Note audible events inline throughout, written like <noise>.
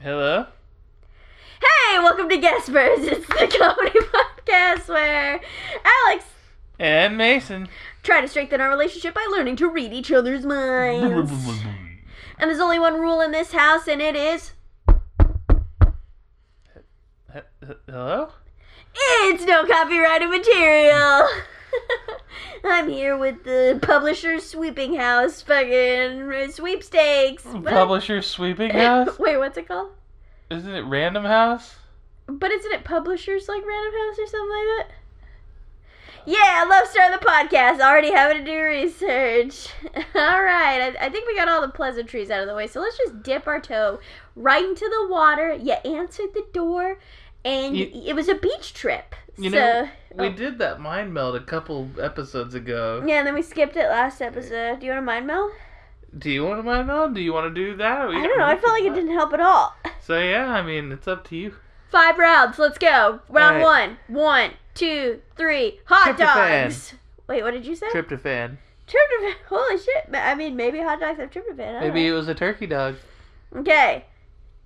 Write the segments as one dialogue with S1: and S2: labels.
S1: Hello?
S2: Hey, welcome to Guessers. It's the comedy <laughs> podcast where Alex
S1: And <laughs> Mason.
S2: try to strengthen our relationship by learning to read each other's
S1: <laughs>
S2: minds. and there's only one rule in this house, and it is
S1: He- he- Hello?
S2: it's no copyrighted material. <laughs> I'm here with the publisher's sweeping house fucking sweepstakes. What?
S1: Publisher Sweeping <laughs> House?
S2: <laughs> Wait, what's it called?
S1: Isn't it Random House?
S2: But isn't it Publishers like Random House or something like that? Yeah, I love starting the podcast. Already having to do research. <laughs> all right, I, I think we got all the pleasantries out of the way, so let's just dip our toe right into the water. You answered the door, and
S1: You-
S2: y it was a beach trip.
S1: You
S2: so
S1: know, We
S2: oh.
S1: did that mind meld a couple episodes ago.
S2: yeah, and then we skipped it last episode. Do you want to mind meld?
S1: Do you want to mind meld? Do you want to do that?
S2: I don't know. I felt like it didn't help at all.
S1: So, yeah, I mean, it's up to you.
S2: Five rounds. Let's go. Round
S1: All
S2: one. One, two, three. Hot
S1: Tryptophan.
S2: dogs. Wait, what did you say?
S1: Tryptophan.
S2: Tryptophan. <laughs> Holy shit. Ma- I mean, maybe hot dogs have tryptophan. I don't
S1: Maybe it was a turkey dog.
S2: know. Okay.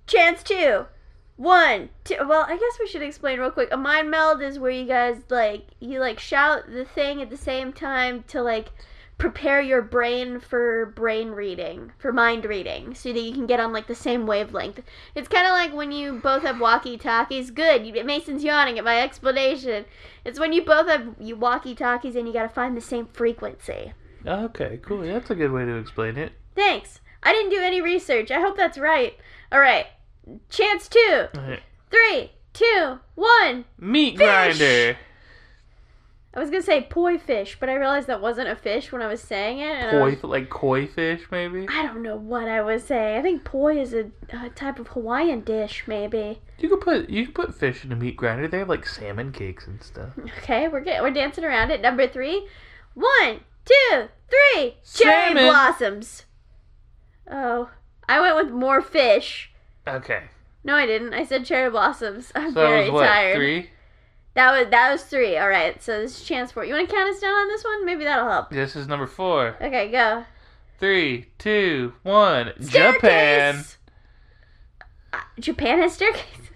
S2: Chance two. One, two. Well, I guess we should explain real quick. A mind meld is where you guys, like, you, like, shout the thing at the same time to, like, prepare your brain for brain reading, for mind reading, so that you can get on, like, the same wavelength. It's kind of like when you both have walkie talkies. Good. You, Mason's yawning at my explanation. It's when you both have you walkie talkies and you gotta find the same frequency.
S1: Okay, cool. That's a good way to explain it.
S2: Thanks. I didn't do any research. I hope that's right. All right. Chance two,
S1: Alright.
S2: three, two, one.
S1: Meat
S2: Fish!
S1: grinder.
S2: I was gonna say poi fish, but I realized that wasn't a fish when I was saying it. and I
S1: Koi,
S2: was-
S1: like koi fish, maybe?
S2: Uh, I don't know what I was saying. I think poi is a, a type of Hawaiian dish, maybe.
S1: You could put you could put fish in a meat grinder. They have like salmon cakes and stuff.
S2: Okay, we're get, we're dancing around it. Number three, one, two, three. Cherry
S1: Salmon.
S2: blossoms. Oh, I went with more fish.
S1: Okay.
S2: No, I didn't. I said cherry blossoms. I'm
S1: So that
S2: very
S1: was what
S2: tired.
S1: three?
S2: That was that was three. All right, so this is chance four. You want to count us down on this one? Maybe that'll help.
S1: This is number four.
S2: Okay, go.
S1: Three, two, one. Japan.
S2: Staircase! Uh, Japan has staircase.
S1: <laughs>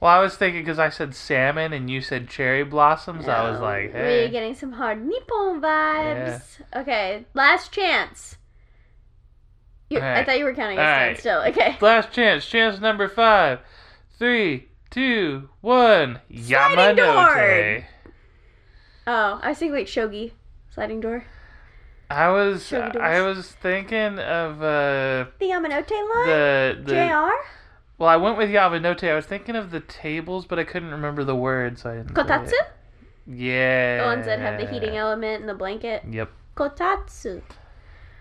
S1: Well, I was thinking because I said salmon and you said cherry blossoms. I was
S2: Oh,
S1: like,
S2: we're
S1: hey.
S2: getting some hard Nippon vibes. Okay, last chance. You, I
S1: Alright.
S2: thought you were counting us
S1: All
S2: down
S1: right.
S2: still. Okay.
S1: Last chance. Chance number five. Three, two, one.
S2: Sliding door!
S1: Yamanote.
S2: Oh, I was thinking like shogi, sliding door.
S1: I was
S2: Shogi doors.
S1: I was thinking of uh,
S2: The Yamanote line.
S1: the the.
S2: Jr.
S1: Well, I went with Yamanote. I was thinking of the tables, but I couldn't remember the word, so I didn't. say it.
S2: Kotatsu.
S1: Yeah.
S2: The ones that have the heating element and the blanket.
S1: Yep.
S2: Kotatsu.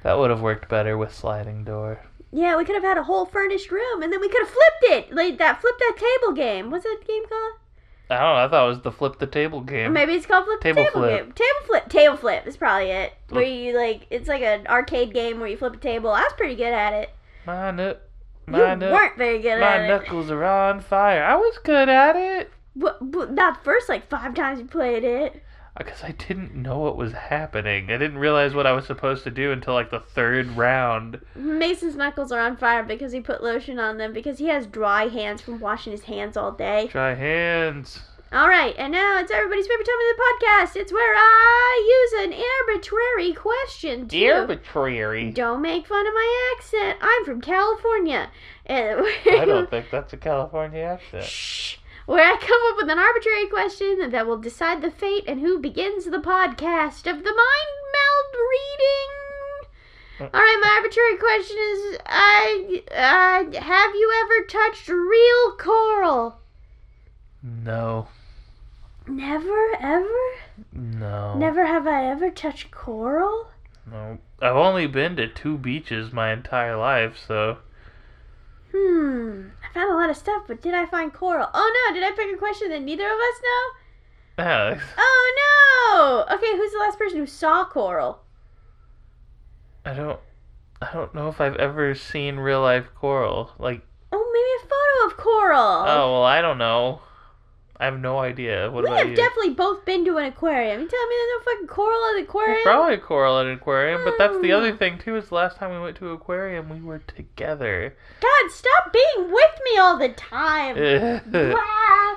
S1: That would have worked better with sliding door.
S2: Yeah, we could have had a whole furnished room, and then we could have flipped it. Like that, flip that table game. What's that game called?
S1: I don't know. I thought it was the flip the table game.
S2: Or maybe it's called flip
S1: Table
S2: the table
S1: flip.
S2: game. Table flip. Table flip is probably it. Where
S1: Flip.
S2: you like, it's like an arcade game where you flip a table. I was pretty good at it.
S1: My, nu-
S2: you
S1: my, nu-
S2: weren't very good
S1: my
S2: at it.
S1: knuckles are on fire. I was good at it.
S2: But, but that first like five times you played it.
S1: Because I didn't know what was happening. I didn't realize what I was supposed to do until like the third round.
S2: Mason's knuckles are on fire because he put lotion on them because he has dry hands from washing his hands all day.
S1: Try hands.
S2: All right, and now it's everybody's favorite time of the podcast. It's where I use an arbitrary question to
S1: Arbitrary.
S2: Don't make fun of my accent. I'm from California. And <laughs>
S1: I don't think that's a California accent.
S2: Shh. Where I come up with an arbitrary question that will decide the fate and who begins the podcast of the mind meld reading.
S1: Uh.
S2: All right, my arbitrary question is: I, I have you ever touched real coral?
S1: No.
S2: Never, ever,
S1: No.
S2: never have I ever touched coral.
S1: No. I've only been to two beaches my entire life, so.
S2: Hmm. I found a lot of stuff, but did I find coral? Oh no! Did I pick a question that neither of us know?
S1: Yeah.
S2: Oh no! Okay, who's the last person who saw coral?
S1: I don't I don't know if I've ever seen real life coral. Like
S2: Oh, maybe a photo of coral.
S1: oh well I don't know. I have no idea. What
S2: we
S1: about
S2: have
S1: you?
S2: definitely both been to an aquarium. You tell me there's no fucking coral at the aquarium?
S1: There's probably a coral at an aquarium, but that's the
S2: Oh.
S1: other thing too. Is the last time we went to an aquarium, we were
S2: <laughs>
S1: together. <laughs>
S2: God, stop being with me all the time. Blah.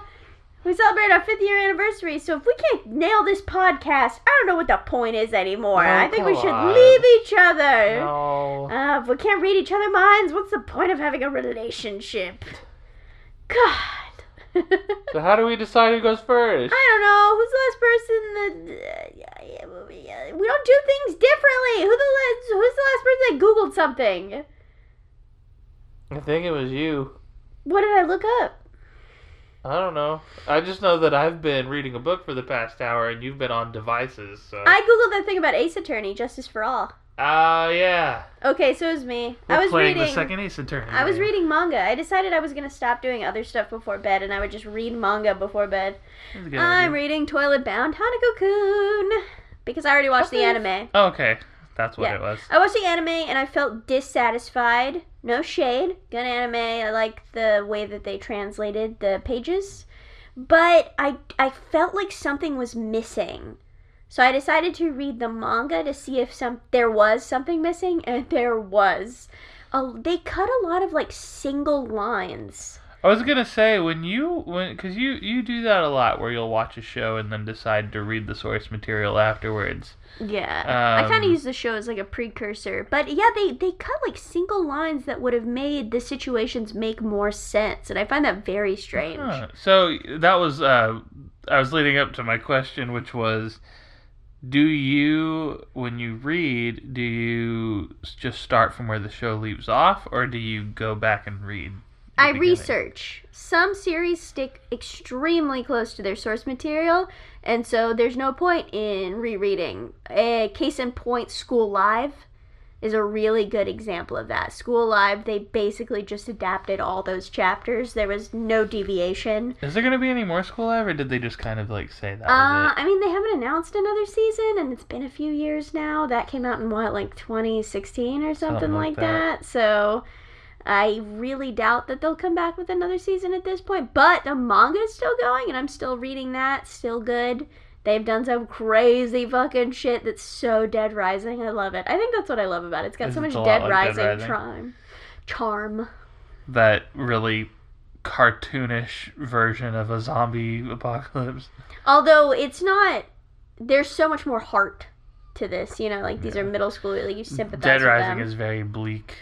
S2: We celebrate our fifth year anniversary, so if we can't nail this podcast, I don't know what the point is anymore.
S1: Oh,
S2: I think we
S1: come
S2: should
S1: on.
S2: leave each other.
S1: no.
S2: Uh, if we can't read each other minds, what's the point of having a relationship? God. <laughs>
S1: So how do we decide who goes first?
S2: I don't know. Who's the last person that. We don't do things differently. Who the last, who's the last person that Googled something?
S1: I think it was you.
S2: What did I look up?
S1: I don't know. I just know that I've been reading a book for the past hour, and you've been on devices. So.
S2: I Googled that thing about Ace Attorney, Justice for All.
S1: Ah, yeah.
S2: Okay, so it was me. I
S1: We're
S2: was
S1: playing
S2: reading.
S1: the second Ace Attorney.
S2: I was reading manga. I decided I was gonna stop doing other stuff before bed, and I would just read manga before bed.
S1: That's a good
S2: I'm
S1: idea.
S2: reading Toilet Bound Hanako Kun because I already watched the
S1: Okay.
S2: anime.
S1: okay, that's what
S2: Yeah.
S1: it was.
S2: I watched the anime and I felt dissatisfied. No shade. Good anime. I like the way that they translated the pages. But I, I felt like something was missing. So I decided to read the manga to see if some there was something missing, and <laughs> there was. Uh, they cut a lot of like single lines.
S1: I was gonna say when you when because you you do that a lot where you'll watch a show and then decide to read the source material afterwards.
S2: Yeah. I
S1: Um,
S2: kind of use the show as like a precursor, but yeah, they they cut like single lines that would have made the situations make more sense, and I find that very strange.
S1: Huh. So that was uh, I was leading up to my question, which was, do you when you read, do you s- just start from where the show leaves off, or do you go back and read? the
S2: I
S1: beginning?
S2: research. Some series stick extremely close to their source material, and so there's no point in rereading. A case in point, School Live is a really good example of that. School Live, they basically just adapted all those chapters. There was no deviation.
S1: Is there gonna be any more school live, or did they just kind of like say that?
S2: Uh,
S1: was
S2: I mean, they haven't announced another season, and it's been a few years now. That came out in what, like 2016 or something,
S1: Something like
S2: like that. So I really doubt that they'll come back with another season at this point. But the manga is still going, and I'm still reading that. Still good. They've done some crazy fucking shit that's so Dead Rising. I love it. I think that's what I love about it. It's got
S1: Is
S2: so
S1: it
S2: much
S1: a lot
S2: Dead,
S1: like
S2: Rising
S1: Dead Rising?
S2: charm. Charm.
S1: it? that really cartoonish version of a zombie apocalypse.
S2: Although it's not, there's so much more heart to this. You know, like these
S1: Yeah.
S2: are middle school. Like you sympathize.
S1: Dead
S2: with
S1: Rising
S2: them.
S1: is very bleak.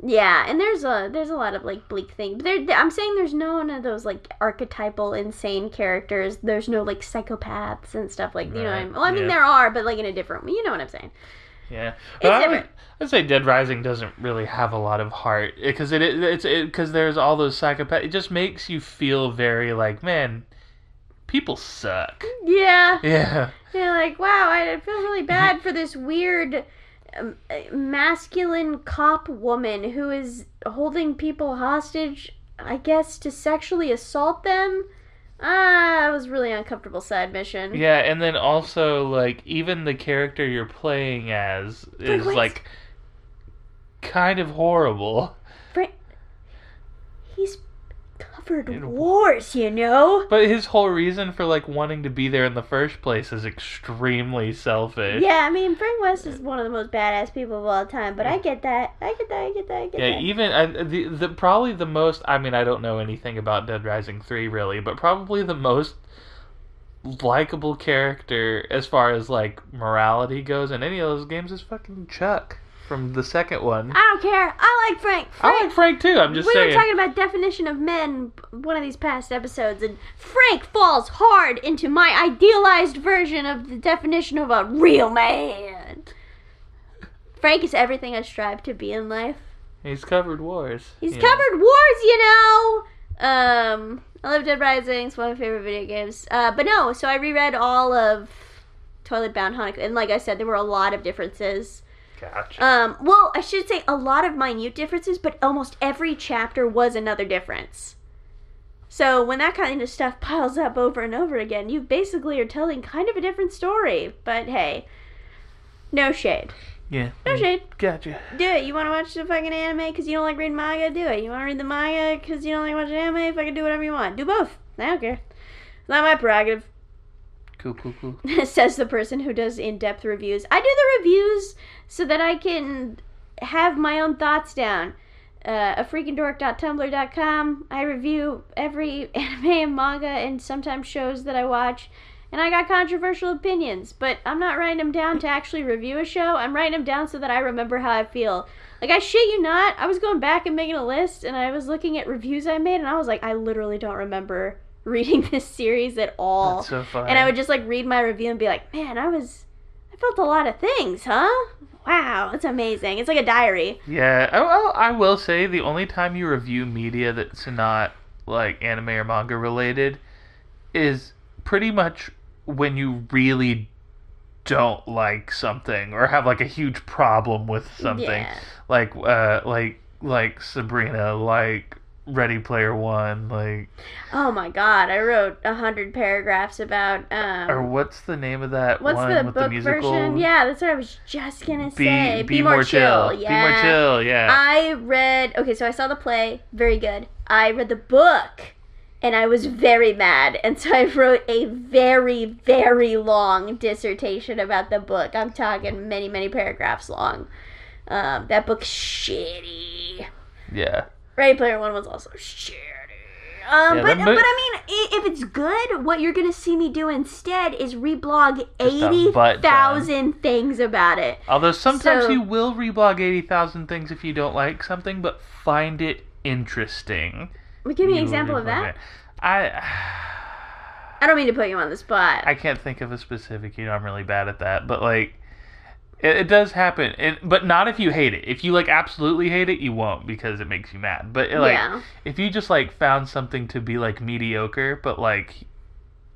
S2: Yeah, and there's a there's a lot of like bleak things. But there, there- I'm saying there's no one of those like archetypal insane characters. There's no like psychopaths and stuff like you know. What I
S1: Right,
S2: mean? Well, I mean
S1: yeah.
S2: there are, but like in a different. You know what I'm saying?
S1: Yeah,
S2: It's
S1: I would,
S2: different.
S1: I'd say Dead Rising doesn't really have a lot of heart because it it's because there's all those psychopath. It just makes you feel very like man, people suck. <laughs>
S2: Yeah,
S1: Yeah,
S2: you're like wow. I I feel really bad for this weird um, uh, masculine cop woman who is holding people hostage. I guess to sexually assault them. Ah, it was a really uncomfortable side mission.
S1: yeah, and then also like even the character you're playing as is
S2: what?
S1: like kind of horrible.
S2: Frank, he's covered
S1: In-
S2: wars, you know.
S1: But his whole reason for like wanting to be there in the first place is extremely selfish.
S2: Yeah, I mean Frank West is one of the most badass people of all time, but I get that. I get that. I get that. I get
S1: Yeah,
S2: that.
S1: even I, the the probably the most. I mean, I don't know anything about Dead Rising three really, but probably the most likable character as far as like morality goes in any of those games is fucking Chuck from the second one.
S2: I don't care. I like Frank.
S1: I
S2: Frank.
S1: like Frank too. I'm just
S2: we
S1: saying.
S2: were talking about definition of men b- one of these past episodes, and Frank falls hard into my idealized version of the definition of a real man. Frank is everything I strive to be in life.
S1: He's covered wars.
S2: He's
S1: you know.
S2: covered wars, you know. Um, I love Dead Rising. It's one of my favorite video games. Uh, but no, so I reread all of Toilet Bound Hanukkah, and like I said, there were a lot of differences.
S1: Gotcha.
S2: Um, well, I should say a lot of minute differences, but almost every chapter was another difference. So when that kind of stuff piles up over and over again, you basically are telling kind of a different story. But hey, no shade,
S1: yeah.
S2: no shade.
S1: Gotcha.
S2: Do it. You want to watch the fucking anime because you don't like reading manga? Do it. You want to read the manga because you don't like watching anime? Fucking do whatever you want. Do both. I don't care. Not my prerogative,
S1: Cool, cool, cool.
S2: <laughs> says the person who does in depth reviews. I do the reviews so that I can have my own thoughts down. Uh, a freakingdork.tumblr.com. I review every <laughs> anime and manga and sometimes shows that I watch. And I got controversial opinions, but I'm not writing them down to actually review a show. I'm writing them down so that I remember how I feel. Like, I shit you not, I was going back and making a list, and I was looking at reviews I made, and I was like, I literally don't remember reading <laughs> this series at all.
S1: That's so funny.
S2: And I would just like read my review and be like, man, I was, I felt a lot of things, huh? Wow, that's amazing. It's like a diary.
S1: Yeah, I, I, I will say the only time you review media that's not like anime or manga related is pretty much when you really don't like something or have like a huge problem with something,
S2: Yeah.
S1: like uh, like like Sabrina, like Ready Player One, like
S2: Oh my god, I wrote a hundred paragraphs about um.
S1: or what's the name of that
S2: What's
S1: one
S2: the
S1: with
S2: book
S1: the musical?
S2: version? Yeah, that's what I was just gonna
S1: Be,
S2: say.
S1: be, more, chill.
S2: Yeah. Uh,
S1: Be more chill. Yeah.
S2: I read. Okay, so I saw the play. Very good. I read the book, and I was very mad. And so I wrote a very, very long dissertation about the book. I'm talking many, many paragraphs long. Um, that book's shitty.
S1: yeah.
S2: Ready Player One was also shitty. Um,
S1: Yeah, that
S2: but,
S1: mo-
S2: but I mean, i- if it's good, what you're gonna see me do instead is reblog
S1: Just a
S2: eighty
S1: butt ton.
S2: thousand things about it.
S1: Although sometimes
S2: So-
S1: you will reblog 80,000 things if you don't like something, but find it interesting.
S2: Well, Give me
S1: You
S2: an example of
S1: reblog it.
S2: that.
S1: I
S2: I don't mean to put you on the spot.
S1: I can't think of a specific, you know, I'm really bad at that, but like it, it does happen. It, but not if you hate it. If you like absolutely hate it, you won't because it makes you mad. But like
S2: yeah,
S1: if you just like found something to be like mediocre, but like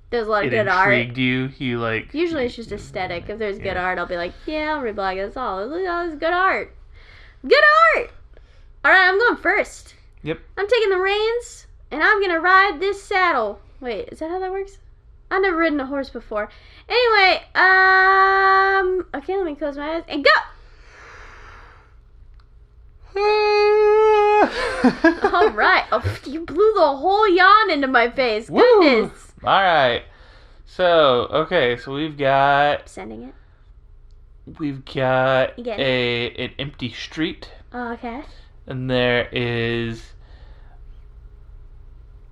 S2: there's a lot of
S1: it
S2: good art.
S1: intrigued you, you like
S2: Usually it's just aesthetic. If there's good
S1: Yeah.
S2: art, I'll be like, yeah, I'll reblog it. That's all. Look at all this good art. Good art! Alright, I'm going first.
S1: Yep.
S2: I'm taking the reins, and I'm gonna ride this saddle. Wait, is that how that works? I've never ridden a horse before. Anyway, um. Okay, let me close my eyes and go!
S1: All
S2: Alright. Oh, <laughs> you blew the whole yawn into my face.
S1: Woo.
S2: Goodness.
S1: <laughs> All right. So, okay, so we've got
S2: Sending it.
S1: we've got
S2: Again.
S1: a an empty street
S2: Oh, okay.
S1: and there is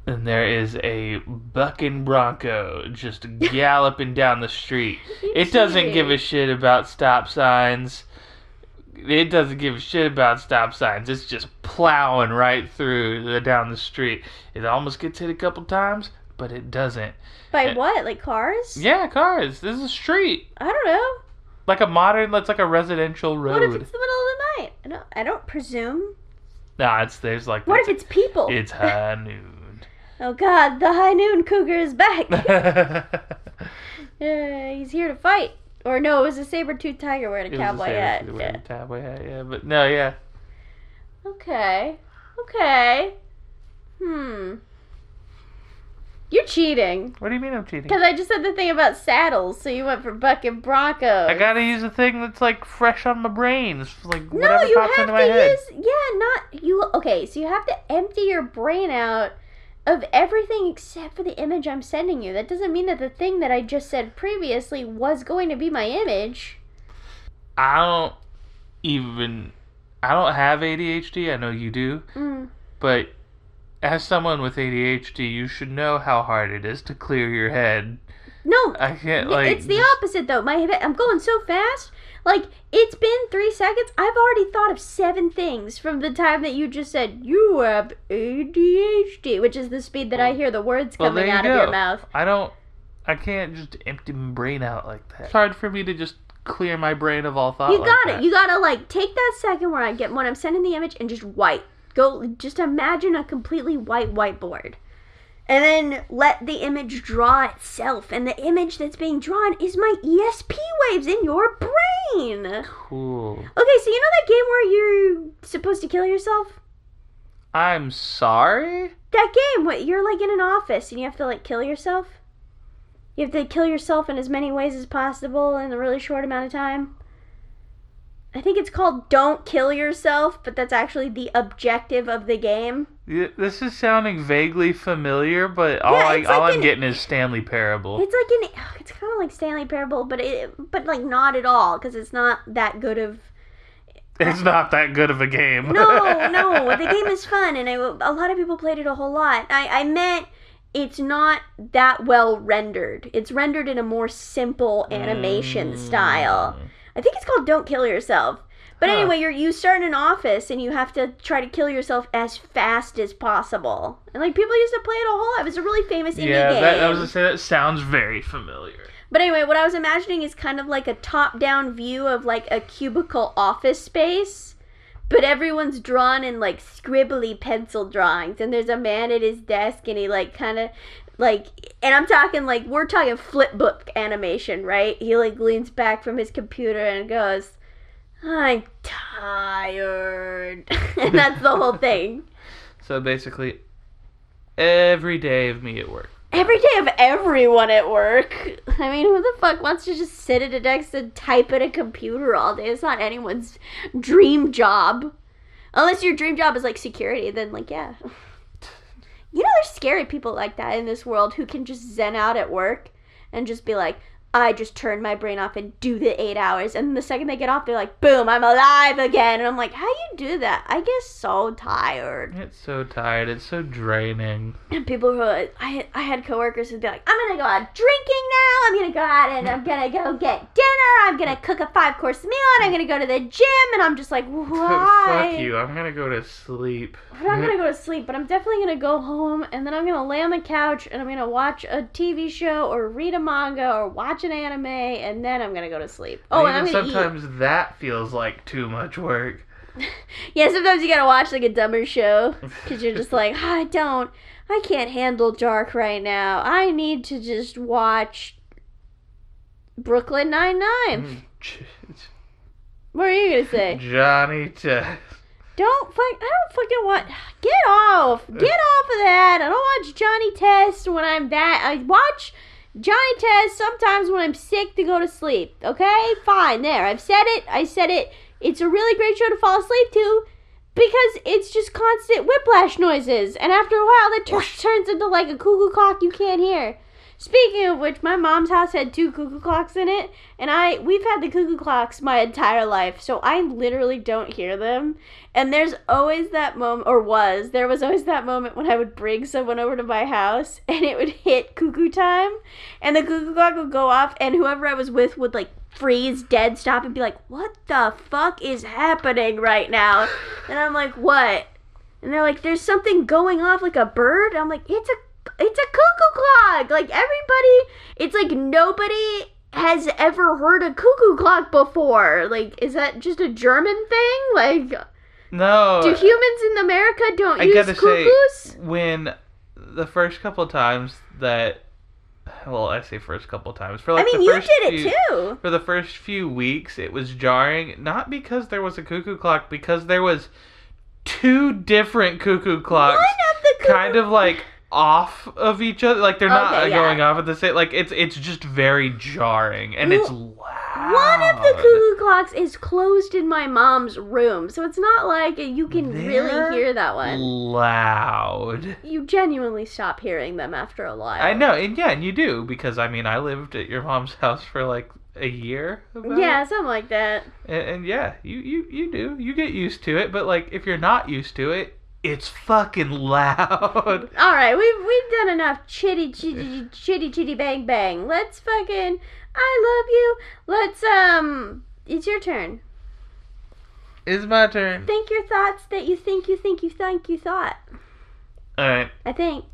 S1: and there is a bucking bronco just
S2: <laughs>
S1: galloping down the street. It doesn't give a shit about stop signs. It doesn't give a shit about stop signs. It's just plowing right through the, down the street. It almost gets hit a couple times, but it doesn't.
S2: By what? Like cars?
S1: Yeah, cars. This is a street.
S2: I don't know.
S1: Like a modern, that's like a residential
S2: What if
S1: road.
S2: it's the middle of the night? I don't, I don't presume.
S1: nah, it's there's like
S2: What
S1: it's,
S2: if it's people?
S1: it's high noon. <laughs>
S2: oh God, the high noon cougar is back. uh,
S1: It
S2: he's here to fight. Or no, it was a saber-toothed tiger wearing a
S1: was
S2: cowboy
S1: sailor
S2: hat.
S1: suit
S2: Yeah.
S1: wearing a Cowboy hat, yeah. But no, yeah.
S2: Okay. Okay. Hmm. You're cheating.
S1: What do you mean I'm cheating?
S2: Because I just said the thing about saddles, so you went for Buck and Bronco.
S1: I gotta use a thing that's like fresh on my brain. It's like
S2: No,
S1: whatever
S2: you
S1: pops
S2: have
S1: into my
S2: to
S1: head.
S2: use yeah, not you okay, so you have to empty your brain out of everything except for the image I'm sending you. That doesn't mean that the thing that I just said previously was going to be my image.
S1: I don't even. I don't have ADHD. I know you do,
S2: Mm.
S1: but as someone with ADHD, you should know how hard it is to clear your head.
S2: No,
S1: I can't
S2: th-
S1: Uh, like.
S2: it's the
S1: just-
S2: opposite though. My head- I'm going so fast. Like it's been 3 seconds. I've already thought of 7 things from the time that you just said you have ADHD, which is the speed that I hear the words
S1: Well,
S2: coming
S1: there you
S2: out of your
S1: go.
S2: mouth.
S1: I don't. I can't just empty my brain out like that. It's hard for me to just clear my brain of all thought.
S2: You
S1: like
S2: got
S1: that.
S2: it. You gotta like take that second where I get when I'm sending the image and just white. Go just imagine a completely white whiteboard. And then let the image draw itself. And the image that's being drawn is my ESP waves in your brain. Okay,
S1: Cool.
S2: so you know that game where you're supposed to kill yourself?
S1: I'm sorry.
S2: That game what you're like in an office and you have to like kill yourself? You have to kill yourself in as many ways as possible in a really short amount of time. I think it's called Don't Kill Yourself, but that's actually the objective of the game.
S1: Yeah, This is sounding vaguely familiar, but all,
S2: Yeah,
S1: I,
S2: it's
S1: all
S2: like
S1: I'm
S2: an-
S1: getting is Stanley Parable.
S2: It's like an ugh, it's kind of like Stanley Parable, but it but like not at all because it's not that good of
S1: <laughs> It's not that good of a game. <laughs>
S2: no, no. The game is fun, and I, a lot of people played it a whole lot. I, I meant it's not that well rendered. It's rendered in a more simple
S1: Mm.
S2: animation style. I think it's called "Don't Kill Yourself." But
S1: Huh.
S2: anyway, you're, you start in an office and you have to try to kill yourself as fast as possible. And like people used to play it a whole lot. It was a really famous indie
S1: Yeah,
S2: game.
S1: that, I was gonna say that sounds very familiar.
S2: But anyway, what I was imagining is kind of like a top down view of like a cubicle office space. But everyone's drawn in like scribbly pencil drawings, and there's a man at his desk, and he like kind of like, and I'm talking like we're talking flip book animation, right? He like leans back from his computer and goes, "I'm tired," <laughs> and that's the whole thing.
S1: So basically, every day of me at work.
S2: every day of everyone at work. I mean, who the fuck wants to just sit at a desk and type at a computer all day? It's not anyone's dream job. Unless your dream job is like security, then like yeah. You know there's scary people like that in this world who can just zen out at work and just be like I just turn my brain off and do the eight hours, and the second they get off, they're like, "Boom, I'm alive again." And I'm like, "How you do that? I get so tired."
S1: It's so tired. It's so draining. <laughs>
S2: And people who I I had coworkers who'd be like, I'm gonna go out drinking now. I'm gonna go out and I'm gonna go get dinner. I'm gonna cook a five course meal and I'm gonna go to the gym. And I'm just like, why?
S1: <laughs> Fuck you. I'm gonna go to sleep.
S2: But
S1: <laughs>
S2: I'm gonna go to sleep. But I'm definitely gonna go home and then I'm gonna lay on the couch and I'm gonna watch a TV show or read a manga or watch an anime and then I'm gonna go to sleep. Oh, and I'm
S1: Even
S2: gonna eat.
S1: sometimes that feels like too much work.
S2: Yeah, sometimes you gotta watch like a dumber show because you're just like, I don't, I can't handle dark right now. I need to just watch Brooklyn Nine
S1: Mm.
S2: Nine. <laughs> What are you gonna say?
S1: Johnny Test.
S2: Don't fuck, I don't fucking want. Get off, get off of that. I don't watch Johnny Test when I'm that. I watch Johnny Test sometimes when I'm sick to go to sleep. Okay, fine. There, I've said it. I said it. It's a really great show to fall asleep to. Because it's just constant whiplash noises, and after a while, that tur- <laughs> turns into like a cuckoo clock you can't hear. Speaking of which, my mom's house had two cuckoo clocks in it, and I we've had the cuckoo clocks my entire life, so I literally don't hear them. And there's always that moment, or was there was always that moment when I would bring someone over to my house, <laughs> and it would hit cuckoo time, and the cuckoo clock would go off, and whoever I was with would like freeze, dead stop, and be like, "What the fuck is happening right now?" And I'm like, "What?" And they're like, "There's something going off like a bird." I'm like, "It's a it's a cuckoo clock." Like everybody, it's like nobody has ever heard a cuckoo clock before. Like, is that just a German thing? Like,
S1: No.
S2: do humans in America don't
S1: I
S2: use
S1: gotta say-
S2: cuckoos?
S1: when the first couple times that well i say first couple times for
S2: I
S1: like
S2: mean,
S1: the
S2: you
S1: first
S2: did it
S1: few,
S2: too.
S1: for the first few weeks it was jarring not because there was a cuckoo clock because there was two different cuckoo
S2: One
S1: clocks
S2: of the cuckoo-
S1: kind of like off of each other like they're not
S2: Okay,
S1: uh,
S2: yeah.
S1: going off at the same like it's it's just very jarring and it's loud
S2: One of
S1: Ah,
S2: the cuckoo clocks is closed in my mom's room, so it's not like you can
S1: They're
S2: really hear that one.
S1: loud
S2: You genuinely stop hearing them after a while.
S1: I know, and yeah, and you do because I mean, I lived at your mom's <laughs> house for like a year. About,
S2: Yeah, something like that.
S1: and, and yeah, you you you do. You get used to it, but like if you're not used to it, it's fucking <laughs> loud.
S2: All right, we've we've done enough chitty chitty chitty chitty bang bang. Let's fucking I love you. Let's um. It's your turn.
S1: It's my turn.
S2: Think your thoughts that you think you think you think you thought.
S1: All right,
S2: I think.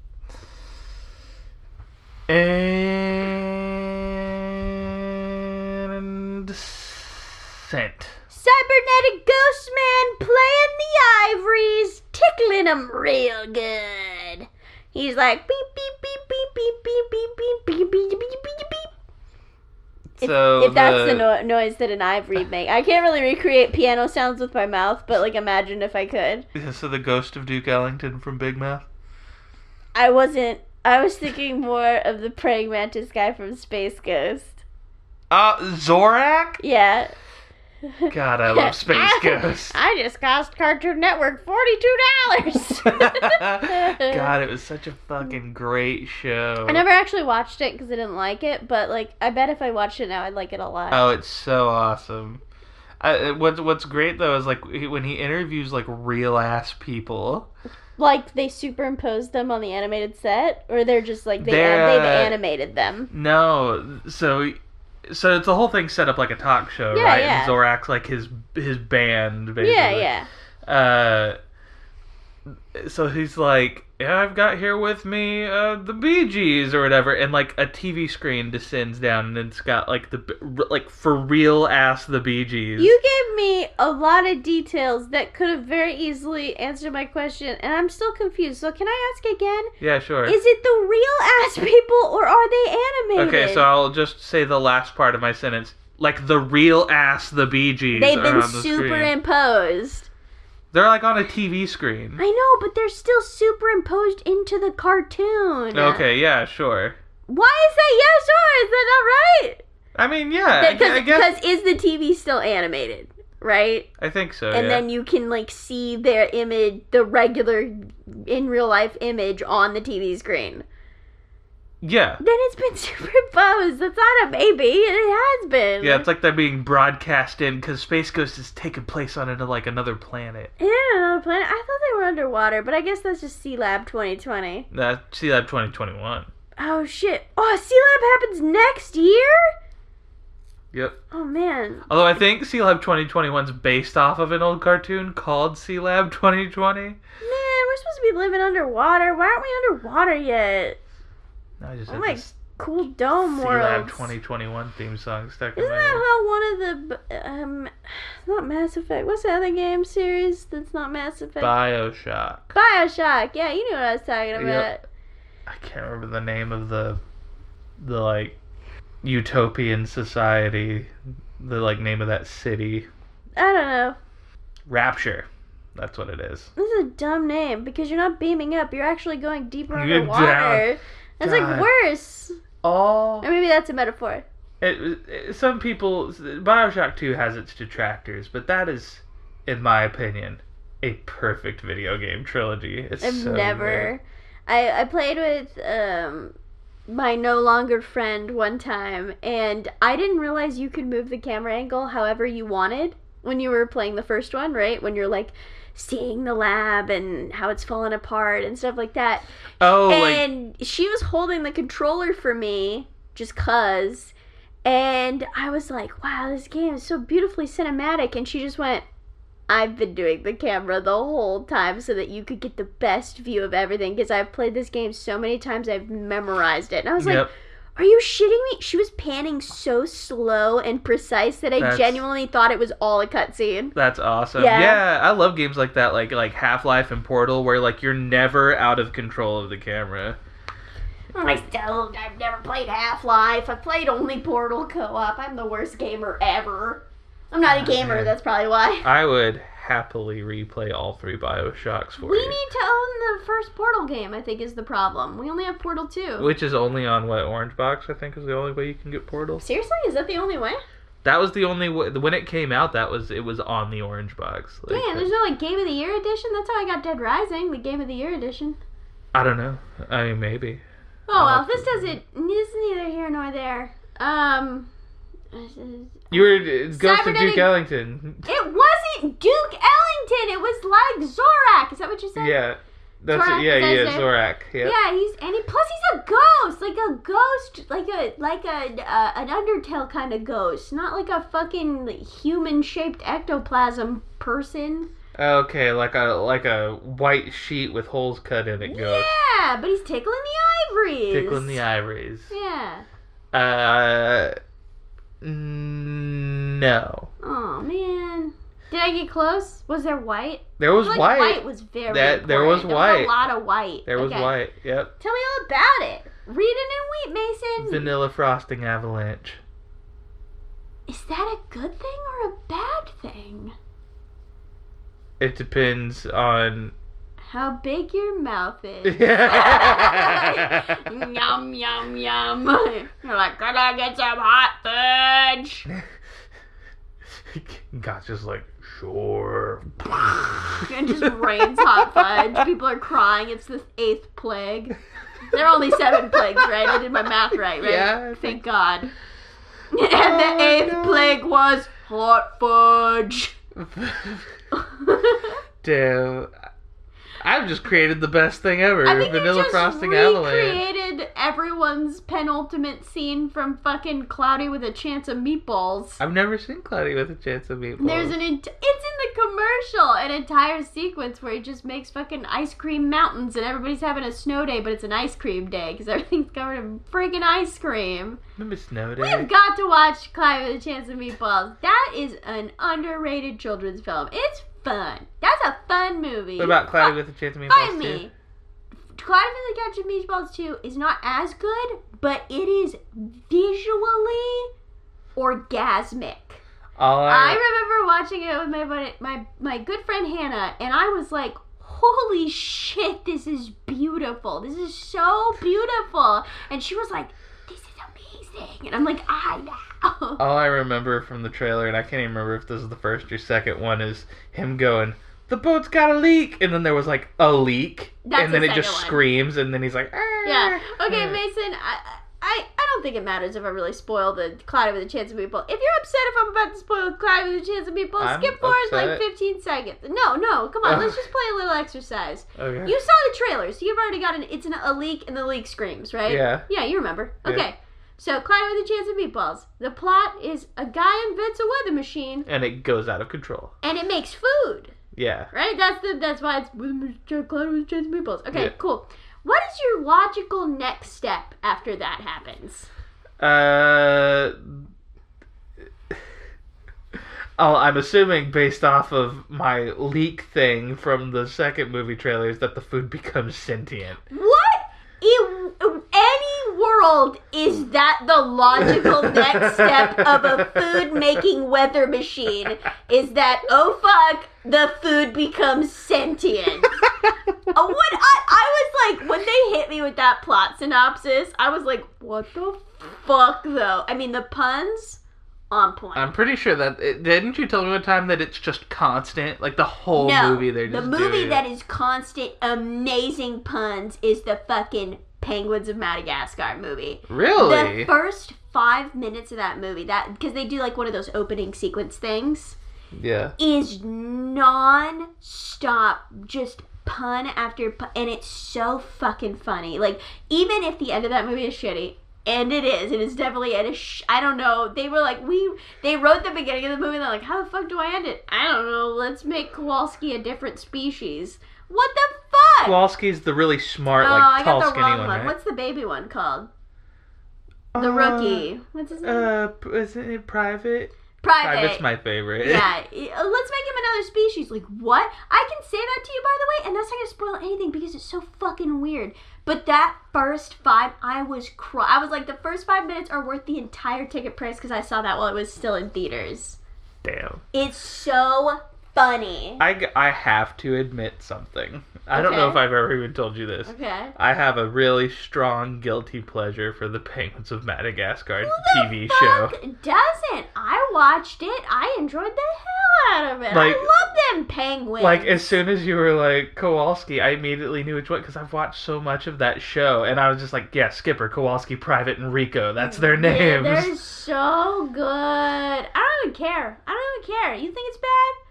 S1: and scent.
S2: Cybernetic Ghost Man playing the ivories, tickling 'em real good. He's like beep beep beep beep beep beep beep beep beep beep beep beep beep beep. If,
S1: so
S2: if that's the no- noise that an ivory make, I can't really recreate piano sounds with my mouth, but like imagine if I could.
S1: <laughs> so the ghost of Duke Ellington from Big Mouth.
S2: I wasn't. I was thinking more of the praying mantis guy from Space Ghost.
S1: Uh, Zorak.
S2: Yeah.
S1: God, I
S2: <laughs>
S1: love Space
S2: I-
S1: Ghost.
S2: I just cost Cartoon Network forty-two dollars. <laughs>
S1: <laughs> God, it was such a fucking great show.
S2: I never actually watched it because I didn't like it, but like I bet if I watched it now, I'd like it a lot.
S1: Oh, it's so awesome. I, uh, what's what's great though is like he- when he interviews like real ass people.
S2: Like they superimposed them on the animated set, or they're just like they
S1: They're,
S2: they've
S1: uh,
S2: animated them.
S1: No, so so it's the whole thing set up like a talk show,
S2: Yeah,
S1: right?
S2: yeah.
S1: And Zorak's like his his band, basically.
S2: Yeah, yeah.
S1: Uh, so he's like, yeah, I've got here with me uh, the Bee Gees or whatever, and like a TV screen descends down and it's got like the b- like for real ass the Bee Gees.
S2: You gave me a lot of details that could have very easily answered my question, and I'm still confused. So can I ask again?
S1: yeah, sure.
S2: Is it the real ass people, or are they animated?
S1: Okay, so I'll just say the last part of my sentence. Like the real ass the Bee Gees
S2: they've
S1: are
S2: been
S1: on the screen.
S2: superimposed.
S1: They're like on a TV screen.
S2: I know, but they're still superimposed into the cartoon.
S1: Okay, yeah, sure.
S2: Why is that? Yeah, sure. Is that not right?
S1: I mean, yeah, I, gu- I guess
S2: because is the TV still animated, right?
S1: I think so.
S2: and
S1: Oh, yeah.
S2: then you can like see their image, the regular in real life image on the TV screen.
S1: yeah,
S2: Then it's been <laughs> superimposed. That's not a maybe. It has been.
S1: yeah, it's like they're being broadcast in because Space Ghost is taking place on another like another planet.
S2: Yeah, another planet. I thought they were underwater, but I guess that's just Sea Lab 2020.
S1: Uh, see that twenty twenty one.
S2: Oh shit! Oh, Sea Lab happens next year.
S1: Yep.
S2: Oh man.
S1: Although I think C Lab 2021's based off of an old cartoon called C Lab 2020.
S2: Man, we're supposed to be living underwater. Why aren't we underwater yet?
S1: No, I just
S2: Oh
S1: had
S2: my
S1: this
S2: Cool dome
S1: C
S2: world.
S1: Lab 2021 theme song stuck in
S2: Isn't
S1: my head.
S2: that how one of the um, <sighs> not Mass Effect? What's the other game series that's not Mass Effect?
S1: Bioshock.
S2: Bioshock. Yeah, you knew what I was talking about.
S1: Yep. I can't remember the name of the the like utopian society. The like name of that city.
S2: I don't know.
S1: Rapture. That's what it is.
S2: This is a dumb name because you're not beaming up. You're actually going deeper
S1: You're
S2: underwater. That's like
S1: God.
S2: worse.
S1: All
S2: Or maybe that's a metaphor.
S1: it, it- some people Bioshock 2 has its detractors, but that is in my opinion a perfect video game trilogy. It's
S2: I've
S1: so
S2: never. I, I played with um, my no longer friend one time, and I didn't realize you could move the camera angle however you wanted when you were playing the first one, right? When you're like seeing the lab and how it's falling apart and stuff like that.
S1: good. Oh, like
S2: and she was holding the controller for me just cuz. And I was like, wow, this game is so beautifully cinematic. And she just went, I've been doing the camera the whole time so that you could get the best view of everything because I've played this game so many times, I've memorized it. And I was like,
S1: yep.
S2: are you shitting me? She was panning so slow and precise that I
S1: That's-
S2: genuinely thought it was all a cutscene.
S1: That's awesome.
S2: Yeah.
S1: Yeah. I love games like that, like like Half Life and Portal, where like you're never out of control of the camera.
S2: I still, I've never played Half Life. I've played only Portal co op. I'm the worst gamer ever. I'm
S1: Ah,
S2: not a gamer, that's probably
S1: <laughs>
S2: why.
S1: I would happily replay all three Bioshocks for
S2: We
S1: you,
S2: need to own the first Portal game, I think, is the problem. We only have Portal 2.
S1: which is only on what Orange Box I think is the only way you can get Portal.
S2: Seriously? Is that the only way?
S1: That was the only way when it came out. That was it was on the Orange Box. Like,
S2: Man, there's no like Game of the Year edition? That's how I got Dead Rising, the Game of the Year edition.
S1: I don't know. I mean, maybe.
S2: Oh
S1: I'll
S2: well,
S1: have
S2: this
S1: to-
S2: doesn't, this is neither here nor there. Um.
S1: You were it goes to
S2: Cybernetic-
S1: Duke Ellington.
S2: It wasn't Duke Ellington. It was like Zorak. Is that what you said?
S1: Yeah, that's
S2: Zorak,
S1: it. yeah
S2: is that his
S1: yeah
S2: name?
S1: Zorak. Yeah.
S2: Yeah, he's and he plus he's a ghost, like a ghost, like a like a uh, an Undertale kind of ghost, not like a fucking human shaped ectoplasm person.
S1: Okay, like a like a white sheet with holes cut in it goes.
S2: Yeah, but he's tickling the ivories.
S1: Tickling the ivories.
S2: Yeah.
S1: Uh, no.
S2: Oh man. Did I get close? Was there white?
S1: There
S2: I
S1: was
S2: feel like
S1: white.
S2: was very.
S1: That- there was
S2: important.
S1: white.
S2: a lot of white.
S1: There was
S2: Okay.
S1: white. Yep.
S2: Tell me all about it. Read it in wheat, Mason.
S1: Vanilla frosting avalanche.
S2: Is that a good thing or a bad thing?
S1: It depends <laughs> on.
S2: How big your
S1: <laughs>
S2: mouth is.
S1: yeah,
S2: <laughs> yum yum yum. You're like, can I get some hot fudge?
S1: like <laughs> God's just like sure.
S2: And just rains hot fudge. People are crying. It's the eighth plague. There are only seven plagues, right? I did my math right, right?
S1: Yeah, I
S2: Thank
S1: think-
S2: God. And
S1: Oh,
S2: the eighth
S1: no.
S2: plague was hot fudge.
S1: <laughs> Damn. I've just created the best thing ever.
S2: I think
S1: Vanilla
S2: you just
S1: frosting avalanche.
S2: recreated everyone's penultimate scene from fucking Cloudy with a Chance of Meatballs.
S1: I've never seen Cloudy with a Chance of Meatballs.
S2: There's an ent- it's in the commercial an entire sequence where he just makes fucking ice cream mountains and everybody's having a snow day, but it's an ice cream day because <laughs> everything's covered in friggin' ice cream.
S1: Remember Snow Day?
S2: We've got to watch Cloudy with a Chance of Meatballs. That is an underrated children's film. It's fun. That's a fun movie.
S1: What about Cloudy
S2: Fu-
S1: with a Chance of Meatballs?
S2: Find
S1: too?
S2: me. Cloudy with a Chance of Meatballs 2 is not as good, but it is visually orgasmic.
S1: All
S2: I
S1: I,
S2: remember watching it with my buddy, my my good friend Hannah, and I was like, "Holy shit, this is beautiful! This is so beautiful!" And she was like, "This is amazing!" And I'm like, "I know." <laughs>
S1: all I remember from the trailer, and I can't even remember if this is the first or second one, is him going, "The boat's got a leak," and then there was like a leak,
S2: That's
S1: and then
S2: the
S1: it just
S2: second one.
S1: screams, and then he's like,
S2: yeah. Okay,
S1: "Arr."
S2: Mason. I, I I don't think it matters if I really spoil the Cloudy with a Chance of Meatball. If you're upset if I'm about to spoil Cloudy with a Chance of Meatball,
S1: I'm
S2: skip forward like
S1: upset.
S2: 15 seconds. No, no,
S1: <laughs>
S2: come on.
S1: Oh.
S2: Let's just play a little exercise.
S1: Okay.
S2: You saw the trailer, so you've already got an. It's an, a leak, and the leak screams, right?
S1: Yeah.
S2: Yeah, you remember.
S1: Yeah.
S2: Okay. So, Clyde with a Chance of Meatballs. The plot is a guy invents a weather machine,
S1: and it goes out of control.
S2: and it makes food.
S1: Yeah.
S2: Right? That's the. That's why it's Weather Machine- Clyde with a Chance of Meatballs. Okay,
S1: Yeah.
S2: cool. What is your logical next step after that happens?
S1: Uh, <laughs> oh, I'm assuming based off of my leak thing from the second movie trailer is that the food <laughs> becomes sentient.
S2: What in any world is that the
S1: <laughs>
S2: logical next step of a food making weather machine? Is that, oh fuck, the food becomes sentient.
S1: <laughs>
S2: Uh, what I, I was like, when they hit me with that plot synopsis, I was like, what the fuck though? I mean, the puns on point.
S1: I'm pretty sure that it, didn't you tell me one time that it's just constant, like the whole
S2: no,
S1: movie. They're
S2: the
S1: just
S2: movie
S1: doing-
S2: that is constant, amazing puns is the fucking Penguins of Madagascar movie.
S1: really.
S2: The first five minutes of that movie, that because they do like one of those opening sequence things,
S1: yeah.
S2: is non-stop, just pun after pun, and it's so fucking funny. Like even if the end of that movie is shitty. And it is. It is definitely. It is. Sh- I don't know. They were like, we. They wrote the beginning of the movie. and They're like, how the fuck do I end it? I don't know. Let's make Kowalski a different species. What the fuck?
S1: Kowalski's the really smart,
S2: oh,
S1: like
S2: I
S1: tall,
S2: got the
S1: skinny
S2: wrong
S1: one,
S2: one.
S1: right?
S2: What's the baby one called? The rookie. What's his name?
S1: Uh, p- isn't it private?
S2: Private.
S1: Private's my favorite.
S2: yeah, i- let's make him another species. Like what? I can say that to you, by the way, and that's not gonna spoil anything because it's so fucking weird. But that first five, I was cry. I was like, the first five minutes are worth the entire ticket price because I saw that while it was still in theaters.
S1: <laughs> Damn.
S2: It's so funny.
S1: I, g- I have to admit something. I don't know
S2: Okay.
S1: if I've ever even told you this.
S2: okay.
S1: I have a really strong guilty pleasure for the Penguins of Madagascar
S2: Who the
S1: TV
S2: fuck
S1: show.
S2: Doesn't I watched it? I enjoyed the hell out of it.
S1: Like-
S2: I love them penguins.
S1: Like as soon as you were like Kowalski, I immediately knew which one because I've watched so much of that show, and I was just like, yeah, Skipper, Kowalski, Private, and Rico. That's their
S2: Yeah,
S1: names.
S2: They're so good. I don't even care. I don't even care. You think it's bad?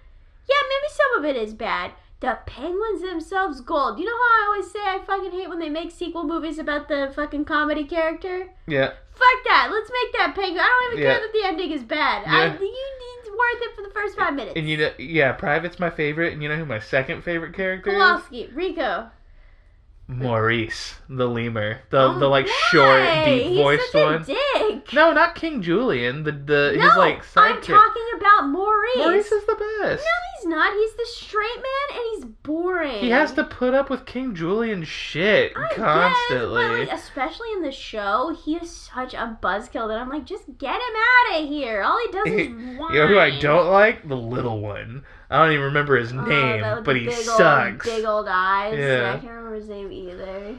S2: Yeah, maybe some of it is bad. The penguins themselves gold. You know how I always say I fucking hate when they make sequel movies about the fucking comedy character?
S1: yeah,
S2: Fuck that. Let's make that penguin. I don't even
S1: Yeah.
S2: care that the ending is bad. I,
S1: Yeah.
S2: you need it's worth it for the first five minutes.
S1: and you know, yeah, Private's my favorite, and you know who my second favorite character is?
S2: Kowalski, Rico.
S1: Maurice the lemur, the
S2: Oh,
S1: the like
S2: why?
S1: short, deep voiced
S2: He's such
S1: one.
S2: A dick.
S1: No, not King Julian. The the
S2: No,
S1: his like
S2: I'm
S1: sidekick.
S2: talking about Maurice.
S1: Maurice is the best.
S2: No, he's not. He's the straight man, and he's boring.
S1: He has to put up with King Julian's shit
S2: I guess,
S1: constantly.
S2: but, like, especially in the show, he is such a buzzkill that I'm like, just get him out of here. All he does is
S1: <laughs>
S2: whine.
S1: you know who I don't like? The little one. I don't even remember his
S2: Oh,
S1: name,
S2: that with
S1: but
S2: the
S1: he
S2: big
S1: sucks.
S2: Old, big old eyes.
S1: Yeah.
S2: I can't remember his name either.
S1: Little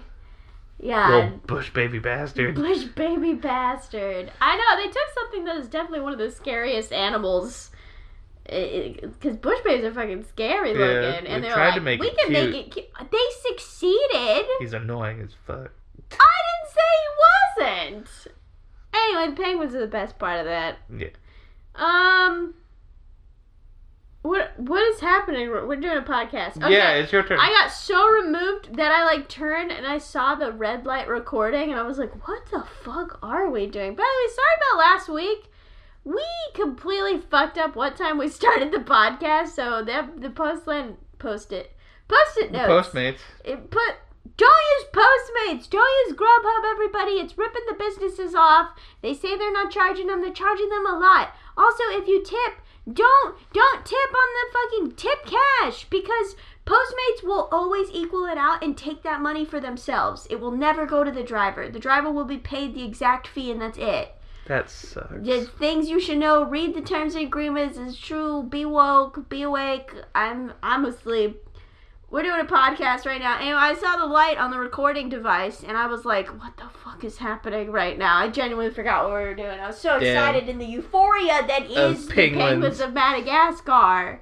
S2: Yeah.
S1: bush baby bastard.
S2: <laughs> Bush baby bastard. I know they took something that is definitely one of the scariest animals because bush babes are fucking scary
S1: Yeah,
S2: looking,
S1: we
S2: and they're
S1: tried to
S2: like,
S1: make
S2: we
S1: it
S2: can
S1: cute."
S2: make it cute. They succeeded.
S1: He's annoying as fuck.
S2: I didn't say he wasn't. Anyway, the penguins are the best part of that.
S1: Yeah.
S2: Um, what what is happening? We're, we're doing a podcast.
S1: Yeah, it's your turn.
S2: I got so removed that I like turned and I saw the red light recording and I was like, what the fuck are we doing? By the way, sorry about last week. We completely fucked up what time we <laughs> started the podcast, so that the postland post it. Post it notes.
S1: Postmates.
S2: It put don't use Postmates. Don't use Grubhub, everybody. It's ripping the businesses off. They say they're not charging them. They're charging them a lot. Also, if you tip, don't don't tip on the fucking tip cash because Postmates will always equal it out and take that money for themselves. It will never go to the driver. The driver will be paid the exact fee and that's it.
S1: That sucks.
S2: The things you should know. Read the terms and agreements. It's true. Be woke. Be awake. I'm I'm asleep. We're doing a podcast right now. Anyway, I saw the light on the recording device, and I was like, "What the fuck is happening right now?" I genuinely forgot what we were doing. I was so
S1: Yeah.
S2: excited in the euphoria that
S1: Of
S2: is the
S1: penguins.
S2: penguins of Madagascar.